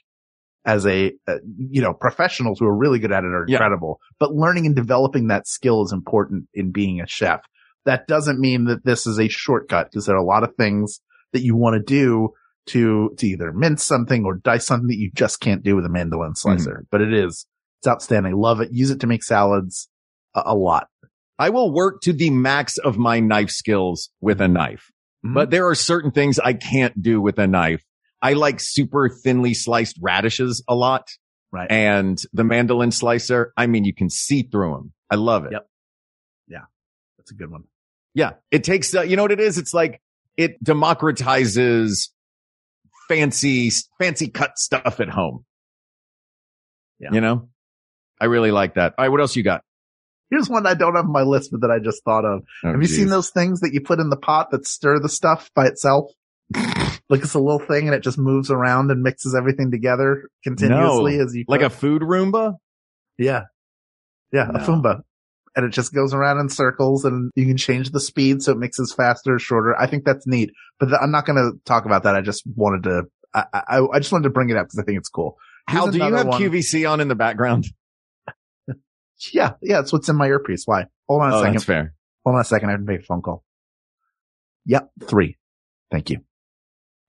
Speaker 3: as a uh, you know professionals who are really good at it are
Speaker 2: Yeah.
Speaker 3: incredible. But learning and developing that skill is important in being a chef. That doesn't mean that this is a shortcut because there are a lot of things that you want to do to to either mince something or dice something that you just can't do with a
Speaker 2: Mm-hmm.
Speaker 3: mandolin slicer. But it is it's outstanding. Love it. Use it to make salads a, a lot.
Speaker 2: I will work to the max of my knife skills with a knife,
Speaker 3: Mhm.
Speaker 2: but there are certain things I can't do with a knife. I like super thinly sliced radishes a lot
Speaker 3: Right.
Speaker 2: and the mandolin slicer. I mean, you can see through them. I love it.
Speaker 3: Yep. That's a good one.
Speaker 2: Yeah. It takes, uh, you know what it is? It's like it democratizes fancy, fancy cut stuff at home.
Speaker 3: Yeah.
Speaker 2: You know, I really like that. All right. What else you got?
Speaker 3: Here's one I don't have on my list, but that I just thought of.
Speaker 2: Oh,
Speaker 3: have you
Speaker 2: geez.
Speaker 3: seen those things that you put in the pot that stir the stuff by
Speaker 2: [LAUGHS]
Speaker 3: itself? like it's a little thing and it just moves around and mixes everything together continuously as you
Speaker 2: Like a
Speaker 3: cook.
Speaker 2: food Roomba?
Speaker 3: yeah yeah
Speaker 2: No.
Speaker 3: a Fumba, and it just goes around in circles and you can change the speed so it mixes faster, shorter. I think that's neat, but th- I'm not going to talk about that. I just wanted to. I, I, I just wanted to bring it up because I think it's cool. Here's
Speaker 2: Hal, do you
Speaker 3: another
Speaker 2: have
Speaker 3: one.
Speaker 2: QVC on in the background?
Speaker 3: Yeah, yeah, it's what's in my earpiece. Why? Hold on a
Speaker 2: Oh,
Speaker 3: second.
Speaker 2: that's fair.
Speaker 3: Hold on a second. I haven't made a phone call. Yep. Three. Thank you.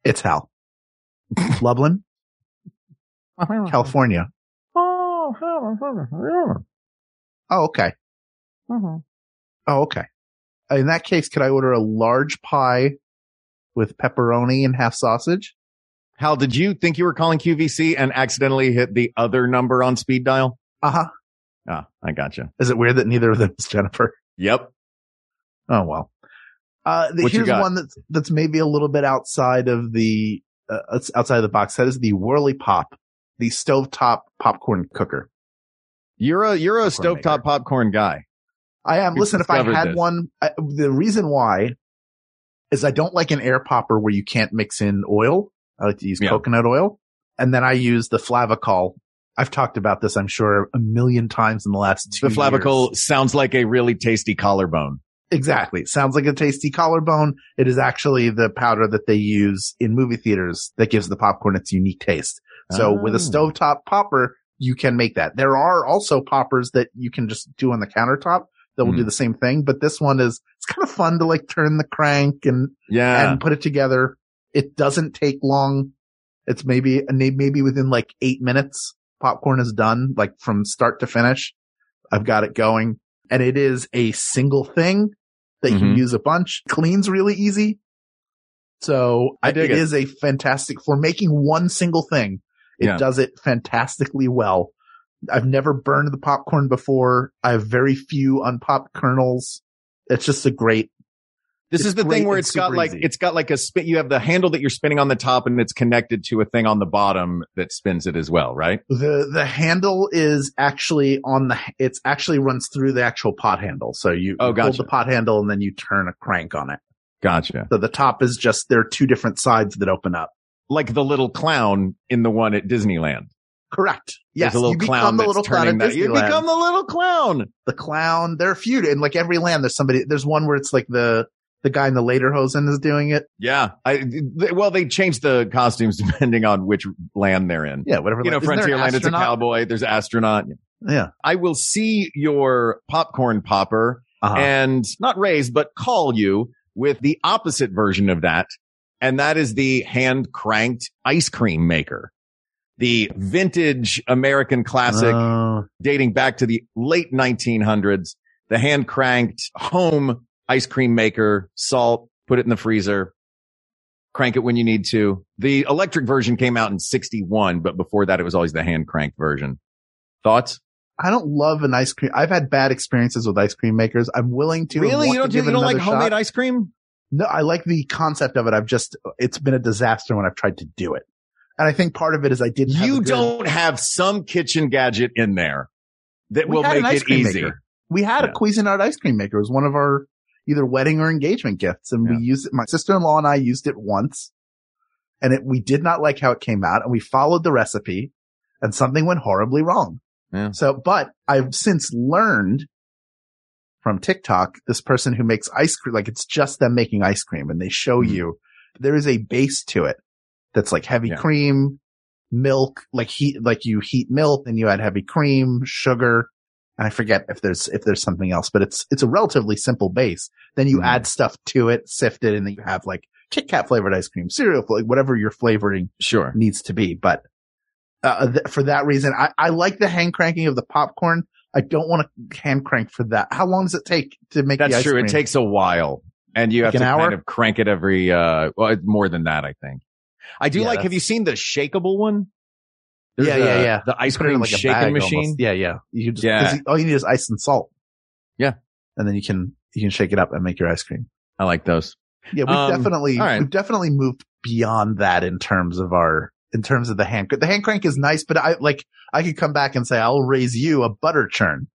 Speaker 3: It's Hal. Lublin, California. Oh, okay. Oh, okay. In that case, could I order a large pie with pepperoni and half sausage?
Speaker 2: Hal, did you think you were calling QVC and accidentally hit the other number on speed dial?
Speaker 3: Uh huh.
Speaker 2: Ah, I gotcha.
Speaker 3: Is it weird that neither of them is Jennifer?
Speaker 2: Yep.
Speaker 3: Oh well. Uh, the,
Speaker 2: What you
Speaker 3: here's
Speaker 2: got?
Speaker 3: one that's that's maybe a little bit outside of the uh, it's outside of the box. That is the Whirly Pop, the stovetop popcorn cooker.
Speaker 2: You're a you're a
Speaker 3: Popcorn
Speaker 2: stovetop
Speaker 3: maker.
Speaker 2: popcorn guy.
Speaker 3: I am.
Speaker 2: We've
Speaker 3: Listen, if I
Speaker 2: discovered
Speaker 3: had
Speaker 2: this.
Speaker 3: one, I, the reason why is I don't like an air popper where you can't mix in oil. I like to use
Speaker 2: Yeah.
Speaker 3: coconut oil. And then I use the Flavicol. I've talked about this, I'm sure, a million times in the last two
Speaker 2: The Flavicol
Speaker 3: years.
Speaker 2: sounds like a really tasty collarbone.
Speaker 3: Exactly. It sounds like a tasty collarbone. It is actually the powder that they use in movie theaters that gives the popcorn its unique taste. So with a
Speaker 2: Oh.
Speaker 3: stovetop popper, you can make that. There are also poppers that you can just do on the countertop that will do the same thing. But this one is, it's kind of fun to like turn the crank and
Speaker 2: Yeah.
Speaker 3: and put it together. It doesn't take long. It's maybe maybe within like eight minutes, popcorn is done, like from start to finish. I've got it going, and it is a single thing that you
Speaker 2: Mhm.
Speaker 3: use a bunch. Cleans really easy, so
Speaker 2: I dig
Speaker 3: it
Speaker 2: it.
Speaker 3: is a fantastic for making one single thing. It
Speaker 2: Yeah.
Speaker 3: does it fantastically well. I've never burned the popcorn before. I have very few unpopped kernels. It's just a great
Speaker 2: This
Speaker 3: It's
Speaker 2: is the
Speaker 3: great
Speaker 2: thing where
Speaker 3: and
Speaker 2: it's got
Speaker 3: super
Speaker 2: like
Speaker 3: easy.
Speaker 2: it's got like a spin. You have the handle that you're spinning on the top, and it's connected to a thing on the bottom that spins it as well, right?
Speaker 3: the the handle is actually on the it's actually runs through the actual pot handle so you
Speaker 2: Oh,
Speaker 3: you
Speaker 2: gotcha.
Speaker 3: hold the pot handle and then you turn a crank on it
Speaker 2: Gotcha.
Speaker 3: so the top is just there are two different sides that open up
Speaker 2: Like the little clown in the one at Disneyland.
Speaker 3: correct yes
Speaker 2: There's a little
Speaker 3: you become
Speaker 2: clown
Speaker 3: the
Speaker 2: that's
Speaker 3: little clown
Speaker 2: turning
Speaker 3: at
Speaker 2: that. You
Speaker 3: Disneyland.
Speaker 2: become the little clown.
Speaker 3: the clown they're a few in like every land there's somebody there's one where it's like the the guy in the later hosen is doing it
Speaker 2: Yeah. I th- well, they change the costumes depending on which land they're in.
Speaker 3: yeah whatever
Speaker 2: You know,
Speaker 3: land- isn't there an
Speaker 2: Frontierland, it's a
Speaker 3: astronaut?
Speaker 2: cowboy. There's astronaut.
Speaker 3: yeah
Speaker 2: I will see your popcorn popper
Speaker 3: uh-huh.
Speaker 2: and not raise, but call you with the opposite version of that. And that is the hand cranked ice cream maker, the vintage American classic
Speaker 3: Oh.
Speaker 2: dating back to the late 1900s, the hand cranked home ice cream maker, salt, put it in the freezer, crank it when you need to. The electric version came out in 61, but before that, it was always the hand cranked version. Thoughts?
Speaker 3: I don't love an ice cream. I've had bad experiences with ice cream makers. I'm willing to and
Speaker 2: really?
Speaker 3: want
Speaker 2: You don't
Speaker 3: to
Speaker 2: do,
Speaker 3: give
Speaker 2: you
Speaker 3: it
Speaker 2: don't like
Speaker 3: another shot.
Speaker 2: homemade ice cream?
Speaker 3: No, I like the concept of it. I've just, it's been a disaster when I've tried to do it. And I think part of it is I didn't have a
Speaker 2: you
Speaker 3: good-
Speaker 2: don't have some kitchen gadget in there that
Speaker 3: We
Speaker 2: will
Speaker 3: had an
Speaker 2: make
Speaker 3: ice
Speaker 2: it
Speaker 3: cream
Speaker 2: easy.
Speaker 3: maker. We had
Speaker 2: Yeah.
Speaker 3: a Cuisinart ice cream maker. It was one of our either wedding or engagement gifts. And
Speaker 2: Yeah.
Speaker 3: we used it. My sister-in-law and I used it once and it, we did not like how it came out and we followed the recipe and something went horribly wrong.
Speaker 2: Yeah.
Speaker 3: So, but I've since learned from TikTok, this person who makes ice cream, like it's just them making ice cream and they show
Speaker 2: Mhm.
Speaker 3: you there is a base to it that's like heavy
Speaker 2: Yeah.
Speaker 3: cream, milk, like heat, like you heat milk and you add heavy cream, sugar. And I forget if there's, if there's something else, but it's, it's a relatively simple base. Then you
Speaker 2: Mhm.
Speaker 3: add stuff to it, sift it, and then you have like Kit Kat flavored ice cream, cereal, fla- like whatever your flavoring
Speaker 2: Sure.
Speaker 3: needs to be. But uh, th- for that reason, I, I like the hand cranking of the popcorn. I don't want to hand crank for that. How long does it take to make the
Speaker 2: That's
Speaker 3: ice
Speaker 2: true.
Speaker 3: cream?
Speaker 2: It takes a while and you
Speaker 3: Like
Speaker 2: have
Speaker 3: an
Speaker 2: to
Speaker 3: hour?
Speaker 2: kind of crank it every, uh, well, it's more than that, I think. I do
Speaker 3: Yeah,
Speaker 2: like, have
Speaker 3: that's-
Speaker 2: you seen the shakeable one?
Speaker 3: Yeah, yeah, yeah.
Speaker 2: The ice
Speaker 3: Put it in
Speaker 2: cream
Speaker 3: like a bag
Speaker 2: shaking machine.
Speaker 3: almost. Yeah, yeah. You just,
Speaker 2: Yeah.
Speaker 3: 'cause you- all you need is ice and salt.
Speaker 2: Yeah.
Speaker 3: and then you can you can shake it up and make your ice cream.
Speaker 2: I like those.
Speaker 3: Yeah, we've
Speaker 2: Um,
Speaker 3: definitely
Speaker 2: all right.
Speaker 3: we've definitely moved beyond that in terms of our in terms of the hand crank. The hand crank is nice, but I like I could come back and say I'll raise you a butter churn.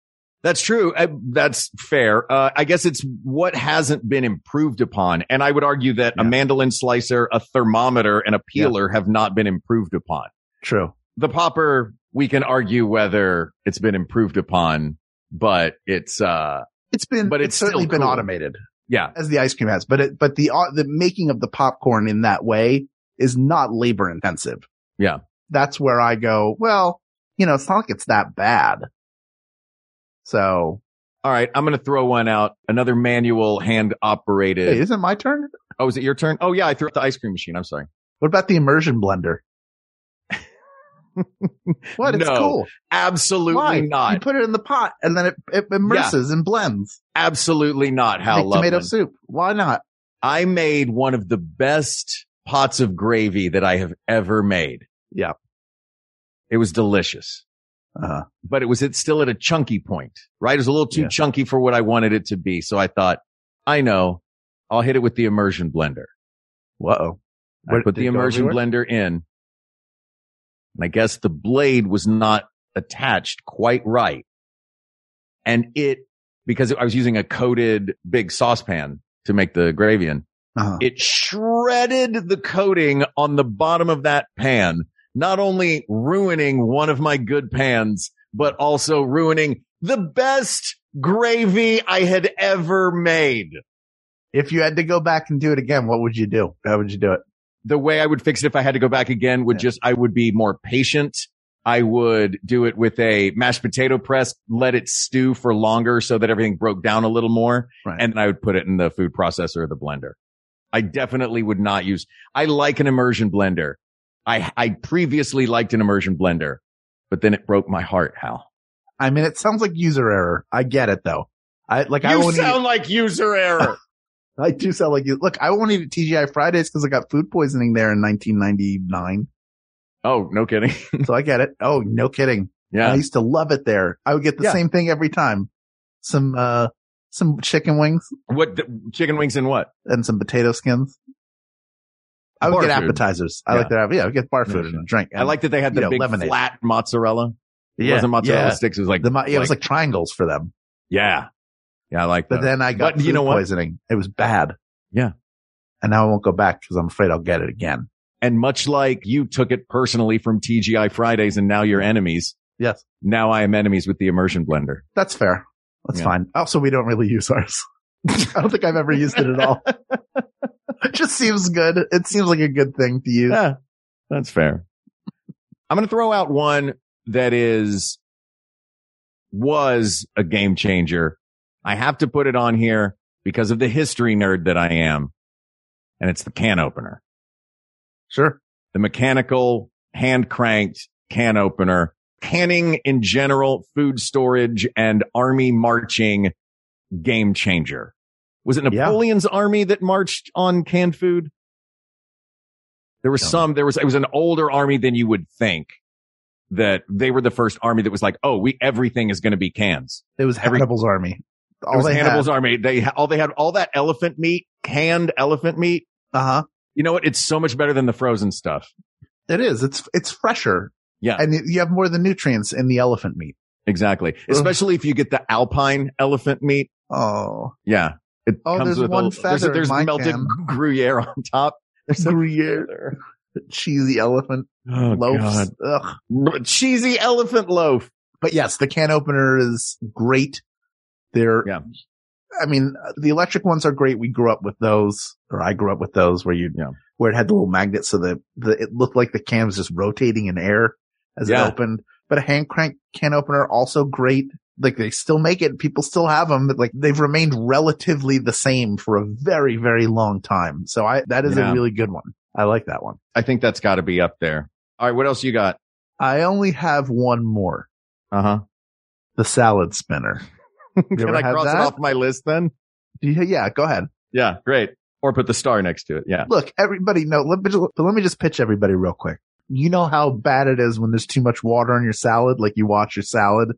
Speaker 2: That's true. I, that's fair. Uh, I guess it's what hasn't been improved upon. And I would argue that a
Speaker 3: Yeah.
Speaker 2: mandolin slicer, a thermometer and a peeler have not been improved upon.
Speaker 3: True.
Speaker 2: the popper, we can argue whether it's been improved upon, but it's, uh,
Speaker 3: It's been,
Speaker 2: But
Speaker 3: but
Speaker 2: it's
Speaker 3: it's, certainly
Speaker 2: still
Speaker 3: been
Speaker 2: cool.
Speaker 3: automated
Speaker 2: yeah,
Speaker 3: as the ice cream has. But it, but the au- the making of the popcorn in that way is not labor intensive.
Speaker 2: Yeah.
Speaker 3: that's where I go. Well, you know, it's not like it's that bad. So
Speaker 2: all right. I'm going to throw one out. Another manual hand
Speaker 3: hey,
Speaker 2: operated.
Speaker 3: isn't it my turn?
Speaker 2: Oh, is it your turn? Oh yeah. I threw up the ice cream machine. I'm sorry.
Speaker 3: What about the immersion blender? [LAUGHS] what? It's
Speaker 2: No,
Speaker 3: cool.
Speaker 2: Absolutely
Speaker 3: Why? You
Speaker 2: not.
Speaker 3: put it in the pot and then it, it immerses and blends.
Speaker 2: Absolutely not. How
Speaker 3: Make tomato
Speaker 2: lovely.
Speaker 3: soup. Why not?
Speaker 2: I made one of the best pots of gravy that I have ever made.
Speaker 3: Yeah.
Speaker 2: It was delicious.
Speaker 3: Uh,
Speaker 2: but it was it still at a chunky point, right? It was a little too
Speaker 3: Yeah.
Speaker 2: chunky for what I wanted it to be. So I thought, I know, I'll hit it with the immersion blender.
Speaker 3: whoa.
Speaker 2: I put the immersion blender in. And I guess the blade was not attached quite right. And it, because I was using a coated big saucepan to make the gravy in,
Speaker 3: Uh-huh.
Speaker 2: It shredded the coating on the bottom of that pan, not only ruining one of my good pans, but also ruining the best gravy I had ever made.
Speaker 3: If you had to go back and do it again, what would you do? How would you do it?
Speaker 2: The way I would fix it if I had to go back again would
Speaker 3: Yeah.
Speaker 2: just, I would be more patient. I would do it with a mashed potato press, let it stew for longer so that everything broke down a little more.
Speaker 3: Right.
Speaker 2: And I would put it in the food processor or the blender. I definitely would not use, I like an immersion blender. I, I previously liked an immersion blender, but then it broke my heart, Hal.
Speaker 3: I mean, it sounds like user error. I get it though. I like. I
Speaker 2: You
Speaker 3: won't
Speaker 2: sound like user error.
Speaker 3: eat. I do sound like you. Look, I won't eat at TGI Fridays because I got food poisoning there in
Speaker 2: [LAUGHS]
Speaker 3: 1999.
Speaker 2: [LAUGHS] oh, no kidding. [LAUGHS]
Speaker 3: so I get it. Oh, no kidding. I
Speaker 2: Yeah.
Speaker 3: used to love it there. I would get the
Speaker 2: Yeah.
Speaker 3: same thing every time. Some, uh, some chicken wings
Speaker 2: What the, chicken wings and what?
Speaker 3: and some potato skins. I would
Speaker 2: Bar
Speaker 3: get
Speaker 2: food.
Speaker 3: appetizers. I
Speaker 2: Yeah.
Speaker 3: like to have, yeah, I would get bar food
Speaker 2: Yeah.
Speaker 3: and a drink.
Speaker 2: I like that they had the
Speaker 3: you know,
Speaker 2: big
Speaker 3: lemonade.
Speaker 2: flat mozzarella.
Speaker 3: the
Speaker 2: It wasn't mozzarella
Speaker 3: Yeah.
Speaker 2: sticks. It was like,
Speaker 3: The mo- yeah, it was like triangles for them.
Speaker 2: yeah. Yeah. I like that.
Speaker 3: But then I got
Speaker 2: But you
Speaker 3: food
Speaker 2: know what?
Speaker 3: poisoning. It was bad.
Speaker 2: Yeah.
Speaker 3: And now I won't go back because I'm afraid I'll get it again.
Speaker 2: And much like you took it personally from TGI Fridays and now you're enemies.
Speaker 3: Yes.
Speaker 2: Now I am enemies with the immersion blender.
Speaker 3: That's fair. That's
Speaker 2: Yeah.
Speaker 3: fine. Also, we don't really use ours. [LAUGHS] I don't think I've ever used it at
Speaker 2: [LAUGHS]
Speaker 3: all. it just seems good. It seems like a good thing to use.
Speaker 2: Yeah. That's fair. I'm going to throw out one that is, was a game changer. I have to put it on here because of the history nerd that I am. And it's the can opener.
Speaker 3: Sure.
Speaker 2: the mechanical hand cranked can opener, canning in general, food storage and army marching game changer. Was it
Speaker 3: Yeah.
Speaker 2: Napoleon's army that marched on canned food? There was
Speaker 3: Don't
Speaker 2: some, there was, it was an older army than you would think that they were the first army that was like, Oh, we, everything is going to be cans.
Speaker 3: It was
Speaker 2: Every-
Speaker 3: Hannibal's army.
Speaker 2: It was
Speaker 3: they had-
Speaker 2: Hannibal's army. They, all they had, all that elephant meat, canned elephant meat.
Speaker 3: Uh-huh.
Speaker 2: You know what? It's so much better than the frozen stuff.
Speaker 3: It is. It's it's fresher.
Speaker 2: Yeah.
Speaker 3: And you have more of the nutrients in the elephant meat.
Speaker 2: Exactly.
Speaker 3: Ugh.
Speaker 2: Especially if you get the alpine elephant meat.
Speaker 3: Oh.
Speaker 2: Yeah. It
Speaker 3: Oh, there's one
Speaker 2: there's,
Speaker 3: feather in
Speaker 2: there's
Speaker 3: my
Speaker 2: melted
Speaker 3: can.
Speaker 2: [LAUGHS] Gruyere on top. There's a
Speaker 3: Gruyere. Cheesy elephant
Speaker 2: oh,
Speaker 3: loaves. Ugh.
Speaker 2: God. cheesy elephant loaf.
Speaker 3: But yes, the can opener is great. They're
Speaker 2: Yeah.
Speaker 3: I mean, uh, the electric ones are great. We grew up with those, or I grew up with those where you
Speaker 2: Yeah.
Speaker 3: where it had the little magnet so that the it looked like the can was just rotating in air as
Speaker 2: Yeah.
Speaker 3: it opened. But a hand crank can opener also great. Like they still make it. People still have them. But like they've remained relatively the same for a very, very long time. So I, that is
Speaker 2: Yeah.
Speaker 3: a really good one. I like that one.
Speaker 2: I think that's got to be up there. All right. What else you got?
Speaker 3: I only have one more,
Speaker 2: Uh [LAUGHS] huh.
Speaker 3: the salad spinner.
Speaker 2: Can
Speaker 3: Uh-huh. ever
Speaker 2: I
Speaker 3: had
Speaker 2: cross it
Speaker 3: that?
Speaker 2: off my list then?
Speaker 3: Do you- yeah, go ahead.
Speaker 2: Yeah. Great. Or put the star next to it. Yeah.
Speaker 3: look, everybody know, let me, just, but let me just pitch everybody real quick. You know how bad it is when there's too much water on your salad, like you watch your salad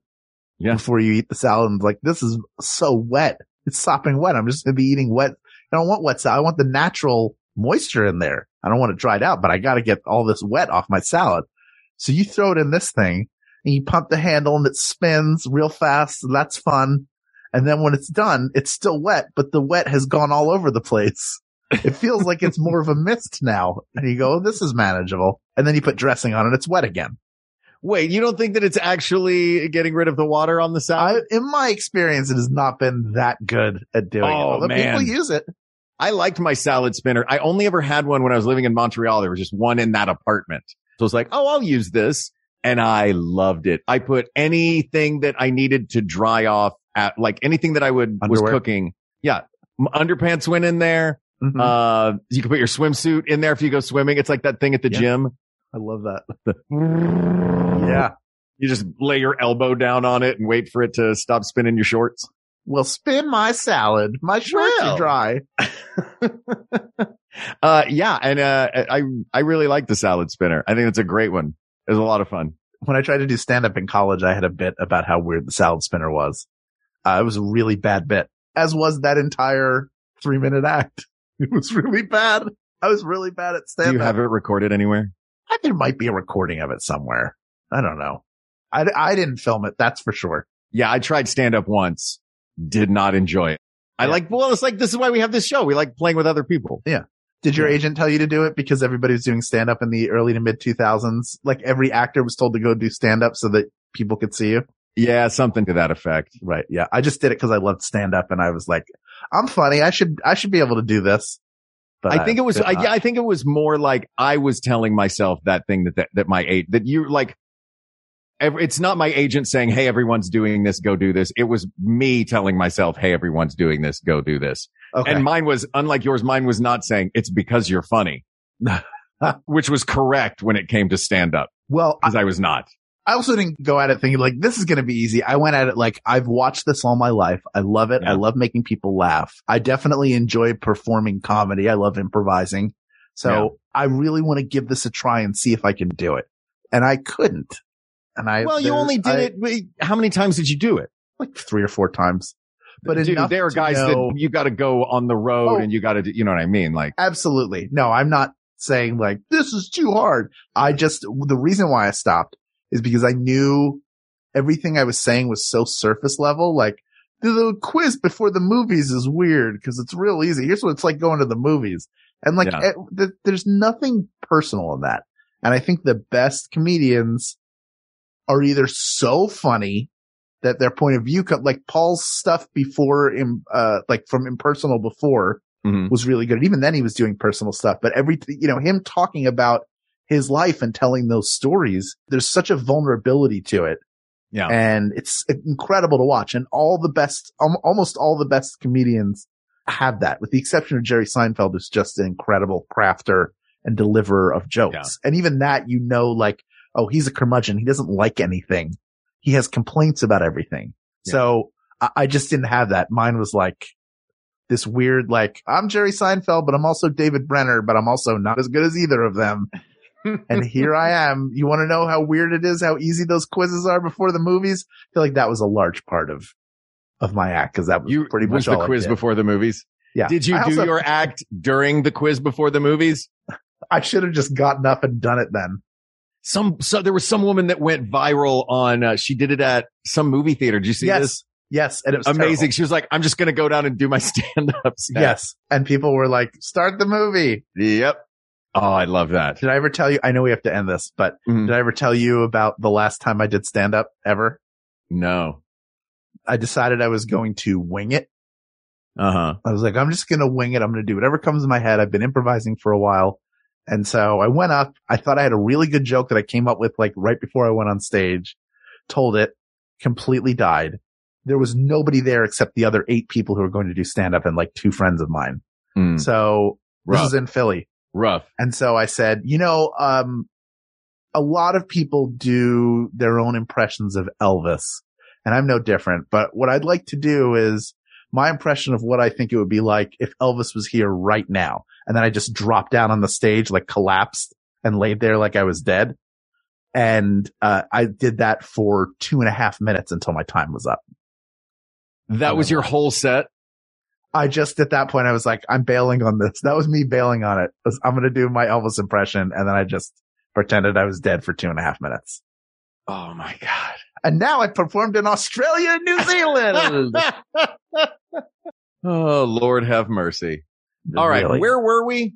Speaker 2: Yeah.
Speaker 3: before you eat the salad and it's like, this is so wet. It's sopping wet. I'm just going to be eating wet. I don't want wet salad. I want the natural moisture in there. I don't want it dried out, but I got to get all this wet off my salad. So you throw it in this thing and you pump the handle and it spins real fast. And that's fun. And then when it's done, it's still wet, but the wet has gone all over the place. It feels like it's more of a mist now. And you go, "Oh, this is manageable. And then you put dressing on it. It's wet again.
Speaker 2: Wait, you don't think that it's actually getting rid of the water on the
Speaker 3: I,
Speaker 2: salad?
Speaker 3: in my experience, it has not been that good at doing it.
Speaker 2: Oh,
Speaker 3: Although
Speaker 2: man.
Speaker 3: people use it.
Speaker 2: I liked my salad spinner. I only ever had one when I was living in Montreal. There was just one in that apartment. So I was like, oh, I'll use this. And I loved it. I put anything that I needed to dry off at like anything that I would was
Speaker 3: Underwear?
Speaker 2: cooking. Yeah. M- Underpants went in there.
Speaker 3: Mhm.
Speaker 2: Uh, you can put your swimsuit in there if you go swimming. It's like that thing at the
Speaker 3: Yeah.
Speaker 2: gym.
Speaker 3: I love that.
Speaker 2: yeah.
Speaker 3: Yeah.
Speaker 2: You just lay your elbow down on it and wait for it to stop spinning your shorts.
Speaker 3: Well, spin my salad. My shorts
Speaker 2: Well.
Speaker 3: are dry.
Speaker 2: Uh, yeah. And, uh, I, I really like the salad spinner. I think it's a great one. It was a lot of fun.
Speaker 3: When I tried to do stand up in college, I had a bit about how weird the salad spinner was. Uh, it was a really bad bit, as was that entire three minute act. [LAUGHS] It was really bad. I was really bad at
Speaker 2: Do
Speaker 3: stand
Speaker 2: you
Speaker 3: up.
Speaker 2: have it recorded anywhere?
Speaker 3: I, there might be a recording of it somewhere. I don't know. I, I didn't film it. That's for sure.
Speaker 2: Yeah, I tried stand up once, did not enjoy it. I like, well, it's like, this is why we have this show. We like playing with other people.
Speaker 3: Did your agent tell you to do it because everybody was doing stand up in the early to mid 2000s? Like every actor was told to go do stand up so that people could see you.
Speaker 2: Yeah, something to that effect.
Speaker 3: Right. Yeah. I just did it because I loved stand up and I was like, I'm funny. I should, I should be able to do this. But
Speaker 2: I think it was,
Speaker 3: did
Speaker 2: I,
Speaker 3: not.
Speaker 2: yeah, I think it was more like I was telling myself that thing that, that, that my agent, that you like, ev- it's not my agent saying, Hey, everyone's doing this. Go do this. It was me telling myself, Hey, everyone's doing this. Go do this.
Speaker 3: okay.
Speaker 2: And mine was, unlike yours, mine was not saying it's because
Speaker 3: [LAUGHS]
Speaker 2: you're funny, which was correct when it came to stand up
Speaker 3: well, I,
Speaker 2: because I was not.
Speaker 3: I also didn't go at it thinking like, this is going to be easy. I went at it like, I've watched this all my life. I love it.
Speaker 2: Yeah.
Speaker 3: I love making people laugh. I definitely enjoy performing comedy. I love improvising. So
Speaker 2: Yeah.
Speaker 3: I really want to give this a try and see if I can do it. And I couldn't. And I,
Speaker 2: Well, you
Speaker 3: there-
Speaker 2: only did
Speaker 3: I-
Speaker 2: it. wait, How many times did you do it?
Speaker 3: like three or four times, but
Speaker 2: Dude,
Speaker 3: enough
Speaker 2: there are
Speaker 3: to
Speaker 2: guys
Speaker 3: know-
Speaker 2: that you got to go on the road
Speaker 3: Oh.
Speaker 2: and you got to, you know what I mean? Like,
Speaker 3: Absolutely. No, I'm not saying like this is too hard. I just the reason why I stopped is because I knew everything I was saying was so surface level. Like the, the quiz before the movies is weird because it's real easy. Here's what it's like going to the movies, and like
Speaker 2: Yeah.
Speaker 3: eh, th- there's nothing personal in that. And I think the best comedians are either so funny that their point of view, co- like Paul's stuff before, im- uh, like from impersonal before,
Speaker 2: Mhm.
Speaker 3: was really good. And even then he was doing personal stuff, but every, you know, him talking about his life and telling those stories, there's such a vulnerability to it.
Speaker 2: Yeah.
Speaker 3: And it's incredible to watch. And all the best, um, almost all the best comedians have that with the exception of Jerry Seinfeld, who's just an incredible crafter and deliverer of jokes. And even that, you know, like, oh, he's a curmudgeon. He doesn't like anything. He has complaints about everything.
Speaker 2: Yeah.
Speaker 3: So I, I just didn't have that. Mine was like this weird, like, I'm Jerry Seinfeld, but I'm also David Brenner, but I'm also not as good as either of
Speaker 2: [LAUGHS]
Speaker 3: them. and here I am. You want to know how weird it is, how easy those quizzes are before the movies? I feel like that was a large part of, of my act. Cause that was
Speaker 2: you
Speaker 3: pretty much
Speaker 2: was the
Speaker 3: all I
Speaker 2: quiz
Speaker 3: did.
Speaker 2: before the movies.
Speaker 3: Yeah.
Speaker 2: Did you
Speaker 3: I
Speaker 2: do
Speaker 3: also-
Speaker 2: your act during the quiz before the movies?
Speaker 3: I should have just gotten up and done it then.
Speaker 2: Some, so there was some woman that went viral on, uh, she did it at some movie theater. Did you see
Speaker 3: yes.
Speaker 2: this?
Speaker 3: Yes. And it was
Speaker 2: Amazing.
Speaker 3: terrible.
Speaker 2: She was like, I'm just going to go down and do my [LAUGHS] stand ups.
Speaker 3: Yes. And people were like, start the movie.
Speaker 2: Yep. Oh, I love that.
Speaker 3: Did I ever tell you? I know we have to end this, but
Speaker 2: Mhm.
Speaker 3: did I ever tell you about the last time I did stand up ever?
Speaker 2: No.
Speaker 3: I decided I was going to wing it.
Speaker 2: Uh huh.
Speaker 3: I was like, I'm just going to wing it. I'm going to do whatever comes in my head. I've been improvising for a while. And so I went up. I thought I had a really good joke that I came up with like right before I went on stage, told it, completely died. There was nobody there except the other eight people who were going to do stand up and like two friends of mine. So
Speaker 2: Hmm. Rough.
Speaker 3: this is in Philly.
Speaker 2: Rough.
Speaker 3: And so I said, you know, um, a lot of people do their own impressions of Elvis and I'm no different, but what I'd like to do is my impression of what I think it would be like if Elvis was here right now. And then I just dropped down on the stage, like collapsed and laid there like I was dead. And, uh, I did that for two and a half minutes until my time was up.
Speaker 2: That was your whole set.
Speaker 3: I just at that point I was like, I'm bailing on this. That was me bailing on it. I was- I'm gonna do my Elvis impression, and then I just pretended I was dead for two and a half minutes.
Speaker 2: Oh my God.
Speaker 3: And now I performed in Australia and
Speaker 2: [LAUGHS]
Speaker 3: New Zealand.
Speaker 2: oh, Lord have mercy. All right.
Speaker 3: Really.
Speaker 2: Where were we?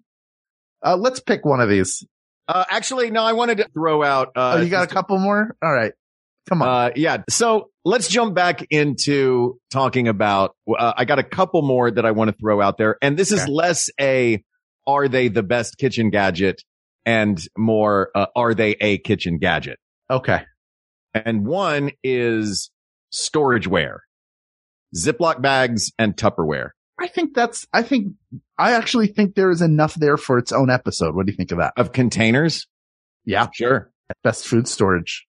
Speaker 3: uh, let's pick one of these.
Speaker 2: Uh, actually, no, I wanted to throw out. Uh,
Speaker 3: oh, you got a couple more? All right, come on.
Speaker 2: uh, yeah. So let's jump back into talking about, uh, I got a couple more that I want to throw out there. And this is
Speaker 3: Okay.
Speaker 2: less a, are they the best kitchen gadget and more, uh, are they a kitchen gadget?
Speaker 3: okay,
Speaker 2: And one is storageware, Ziploc bags and Tupperware.
Speaker 3: I think that's. I think I actually think there is enough there for its own episode. What do you think of that?
Speaker 2: of containers.
Speaker 3: Yeah.
Speaker 2: sure.
Speaker 3: Best food storage.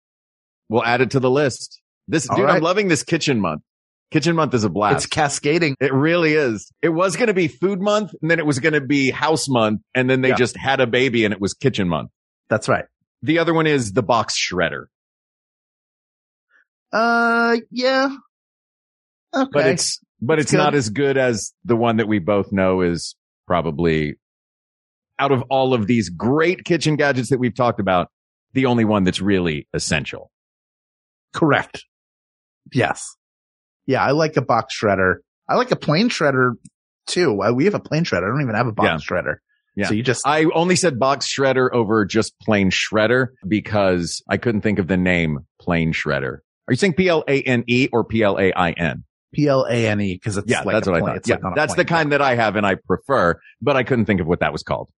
Speaker 2: We'll add it to the list. This
Speaker 3: All
Speaker 2: dude, I'm
Speaker 3: right.
Speaker 2: loving this kitchen month. Kitchen month is a blast.
Speaker 3: It's cascading.
Speaker 2: it really is. It was going to be food month and then it was going to be house month. And then they
Speaker 3: Yeah.
Speaker 2: just had a baby and it was kitchen month.
Speaker 3: That's right.
Speaker 2: The other one is the box shredder,
Speaker 3: Uh, yeah. Okay.
Speaker 2: but it's, but it's
Speaker 3: good.
Speaker 2: not as good as the one that we both know is probably out of all of these great kitchen gadgets that we've talked about, the only one that's really essential.
Speaker 3: Correct. Yes. Yeah, I like a box shredder. I like a plane shredder too. Uh, We have a plane shredder. I don't even have a box
Speaker 2: Yeah.
Speaker 3: shredder.
Speaker 2: Yeah.
Speaker 3: So you just
Speaker 2: I only said box shredder over just plain shredder because I couldn't think of the name plain shredder. Are you saying P L A N E or P L A I N?
Speaker 3: P L A N E because it's
Speaker 2: Yeah,
Speaker 3: like
Speaker 2: that's
Speaker 3: a
Speaker 2: what
Speaker 3: plane.
Speaker 2: I thought.
Speaker 3: It's
Speaker 2: Yeah,
Speaker 3: like on a
Speaker 2: that's the
Speaker 3: plane.
Speaker 2: kind that I have and I prefer, but I couldn't think of what that was called.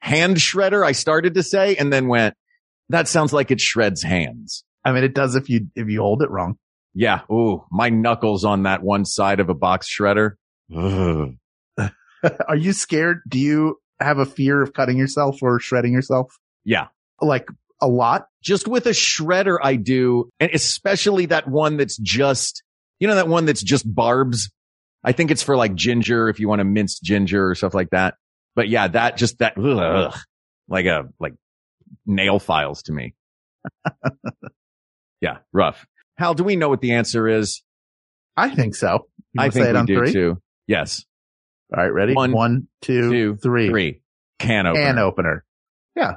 Speaker 2: Hand shredder, I started to say, and then went, that sounds like it shreds hands.
Speaker 3: I mean, it does if you if you hold it wrong.
Speaker 2: Yeah. Ooh, my knuckles on that one side of a box shredder. Ugh.
Speaker 3: Are you scared? Do you have a fear of cutting yourself or shredding yourself?
Speaker 2: Yeah.
Speaker 3: Like a lot.
Speaker 2: Just with a shredder, I do, and especially that one that's just, you know, that one that's just barbs. I think it's for like ginger, if you want to mince ginger or stuff like that. But yeah, that just that, ugh, like a, like nail files to me. [LAUGHS] yeah. Rough. Hal, do we know what the answer is?
Speaker 3: I think so. You
Speaker 2: I
Speaker 3: wanna
Speaker 2: think
Speaker 3: say it
Speaker 2: we
Speaker 3: on
Speaker 2: do
Speaker 3: three.
Speaker 2: too. Yes.
Speaker 3: All right, ready?
Speaker 2: One,
Speaker 3: One, two, three.
Speaker 2: two, Three. Can opener.
Speaker 3: Can opener. Yeah.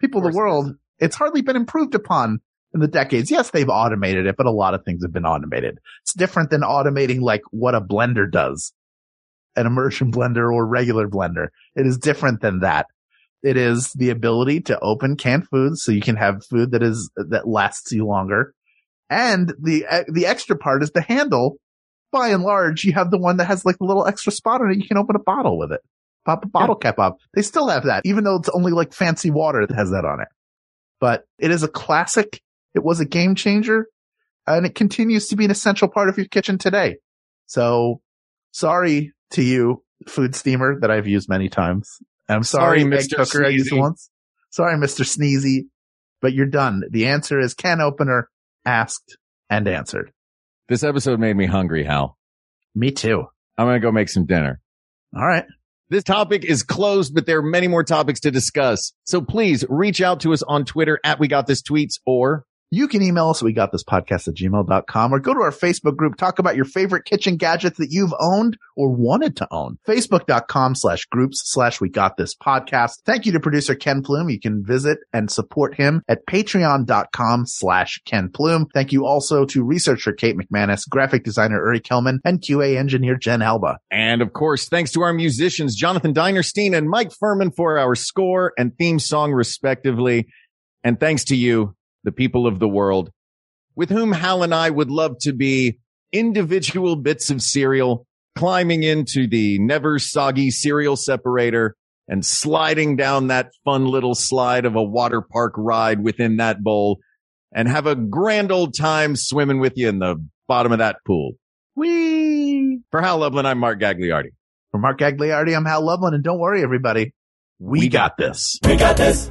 Speaker 3: People of
Speaker 2: Of
Speaker 3: the
Speaker 2: course it
Speaker 3: world, it's hardly been improved upon in the decades. Yes, they've automated it, but a lot of things have been automated. It's different than automating like what a blender does, an immersion [LAUGHS] blender or regular blender. It is different than that. It is the ability to open canned foods so you can have food that is, that lasts you longer. And the, eh, the extra part is the handle. By and large, you have the one that has like a little extra spot on it. You can open a bottle with it pop a bottle cap up. They still have that, even though it's only like fancy water that has that on it. But it is a classic. It was a game changer and it continues to be an essential part of your kitchen today. So sorry to you, food steamer that I've used many times. And I'm sorry,
Speaker 2: Sorry,
Speaker 3: egg
Speaker 2: Mr.
Speaker 3: cooker I used
Speaker 2: Sneezy.
Speaker 3: once. Sorry, Mr. Sneezy, but you're done. The answer is can opener asked and answered.
Speaker 2: This episode made me hungry, Hal.
Speaker 3: Me too.
Speaker 2: I'm going to go make some dinner.
Speaker 3: All right.
Speaker 2: This topic is closed, but there are many more topics to discuss. So please reach out to us on Twitter at We Got This Tweets or
Speaker 3: You can email us. We got this podcast at gmail.com or go to our Facebook group. Talk about your favorite kitchen gadgets that you've owned or wanted to own. Facebook.com slash groups slash we got this podcast. Thank you to producer Ken Plume. You can visit and support him at patreon.com slash Ken Plume. Thank you also to researcher Kate McManus, graphic designer Uri Kelman, and QA engineer Jen Alba.
Speaker 2: and of course, thanks to our musicians, Jonathan Dinerstein and Mike Furman for our score and theme song, respectively. And thanks to you, the people of the world, with whom Hal and I would love to be individual bits of cereal, climbing into the never soggy cereal separator and sliding down that fun little slide of a water park ride within that bowl and have a grand old time swimming with you in the bottom of that pool.
Speaker 3: Whee!
Speaker 2: For Hal Lublin, I'm Mark Gagliardi.
Speaker 3: For Mark Agliardi, I'm Hal Loveland. And don't worry, everybody. We, got this.
Speaker 1: We got this.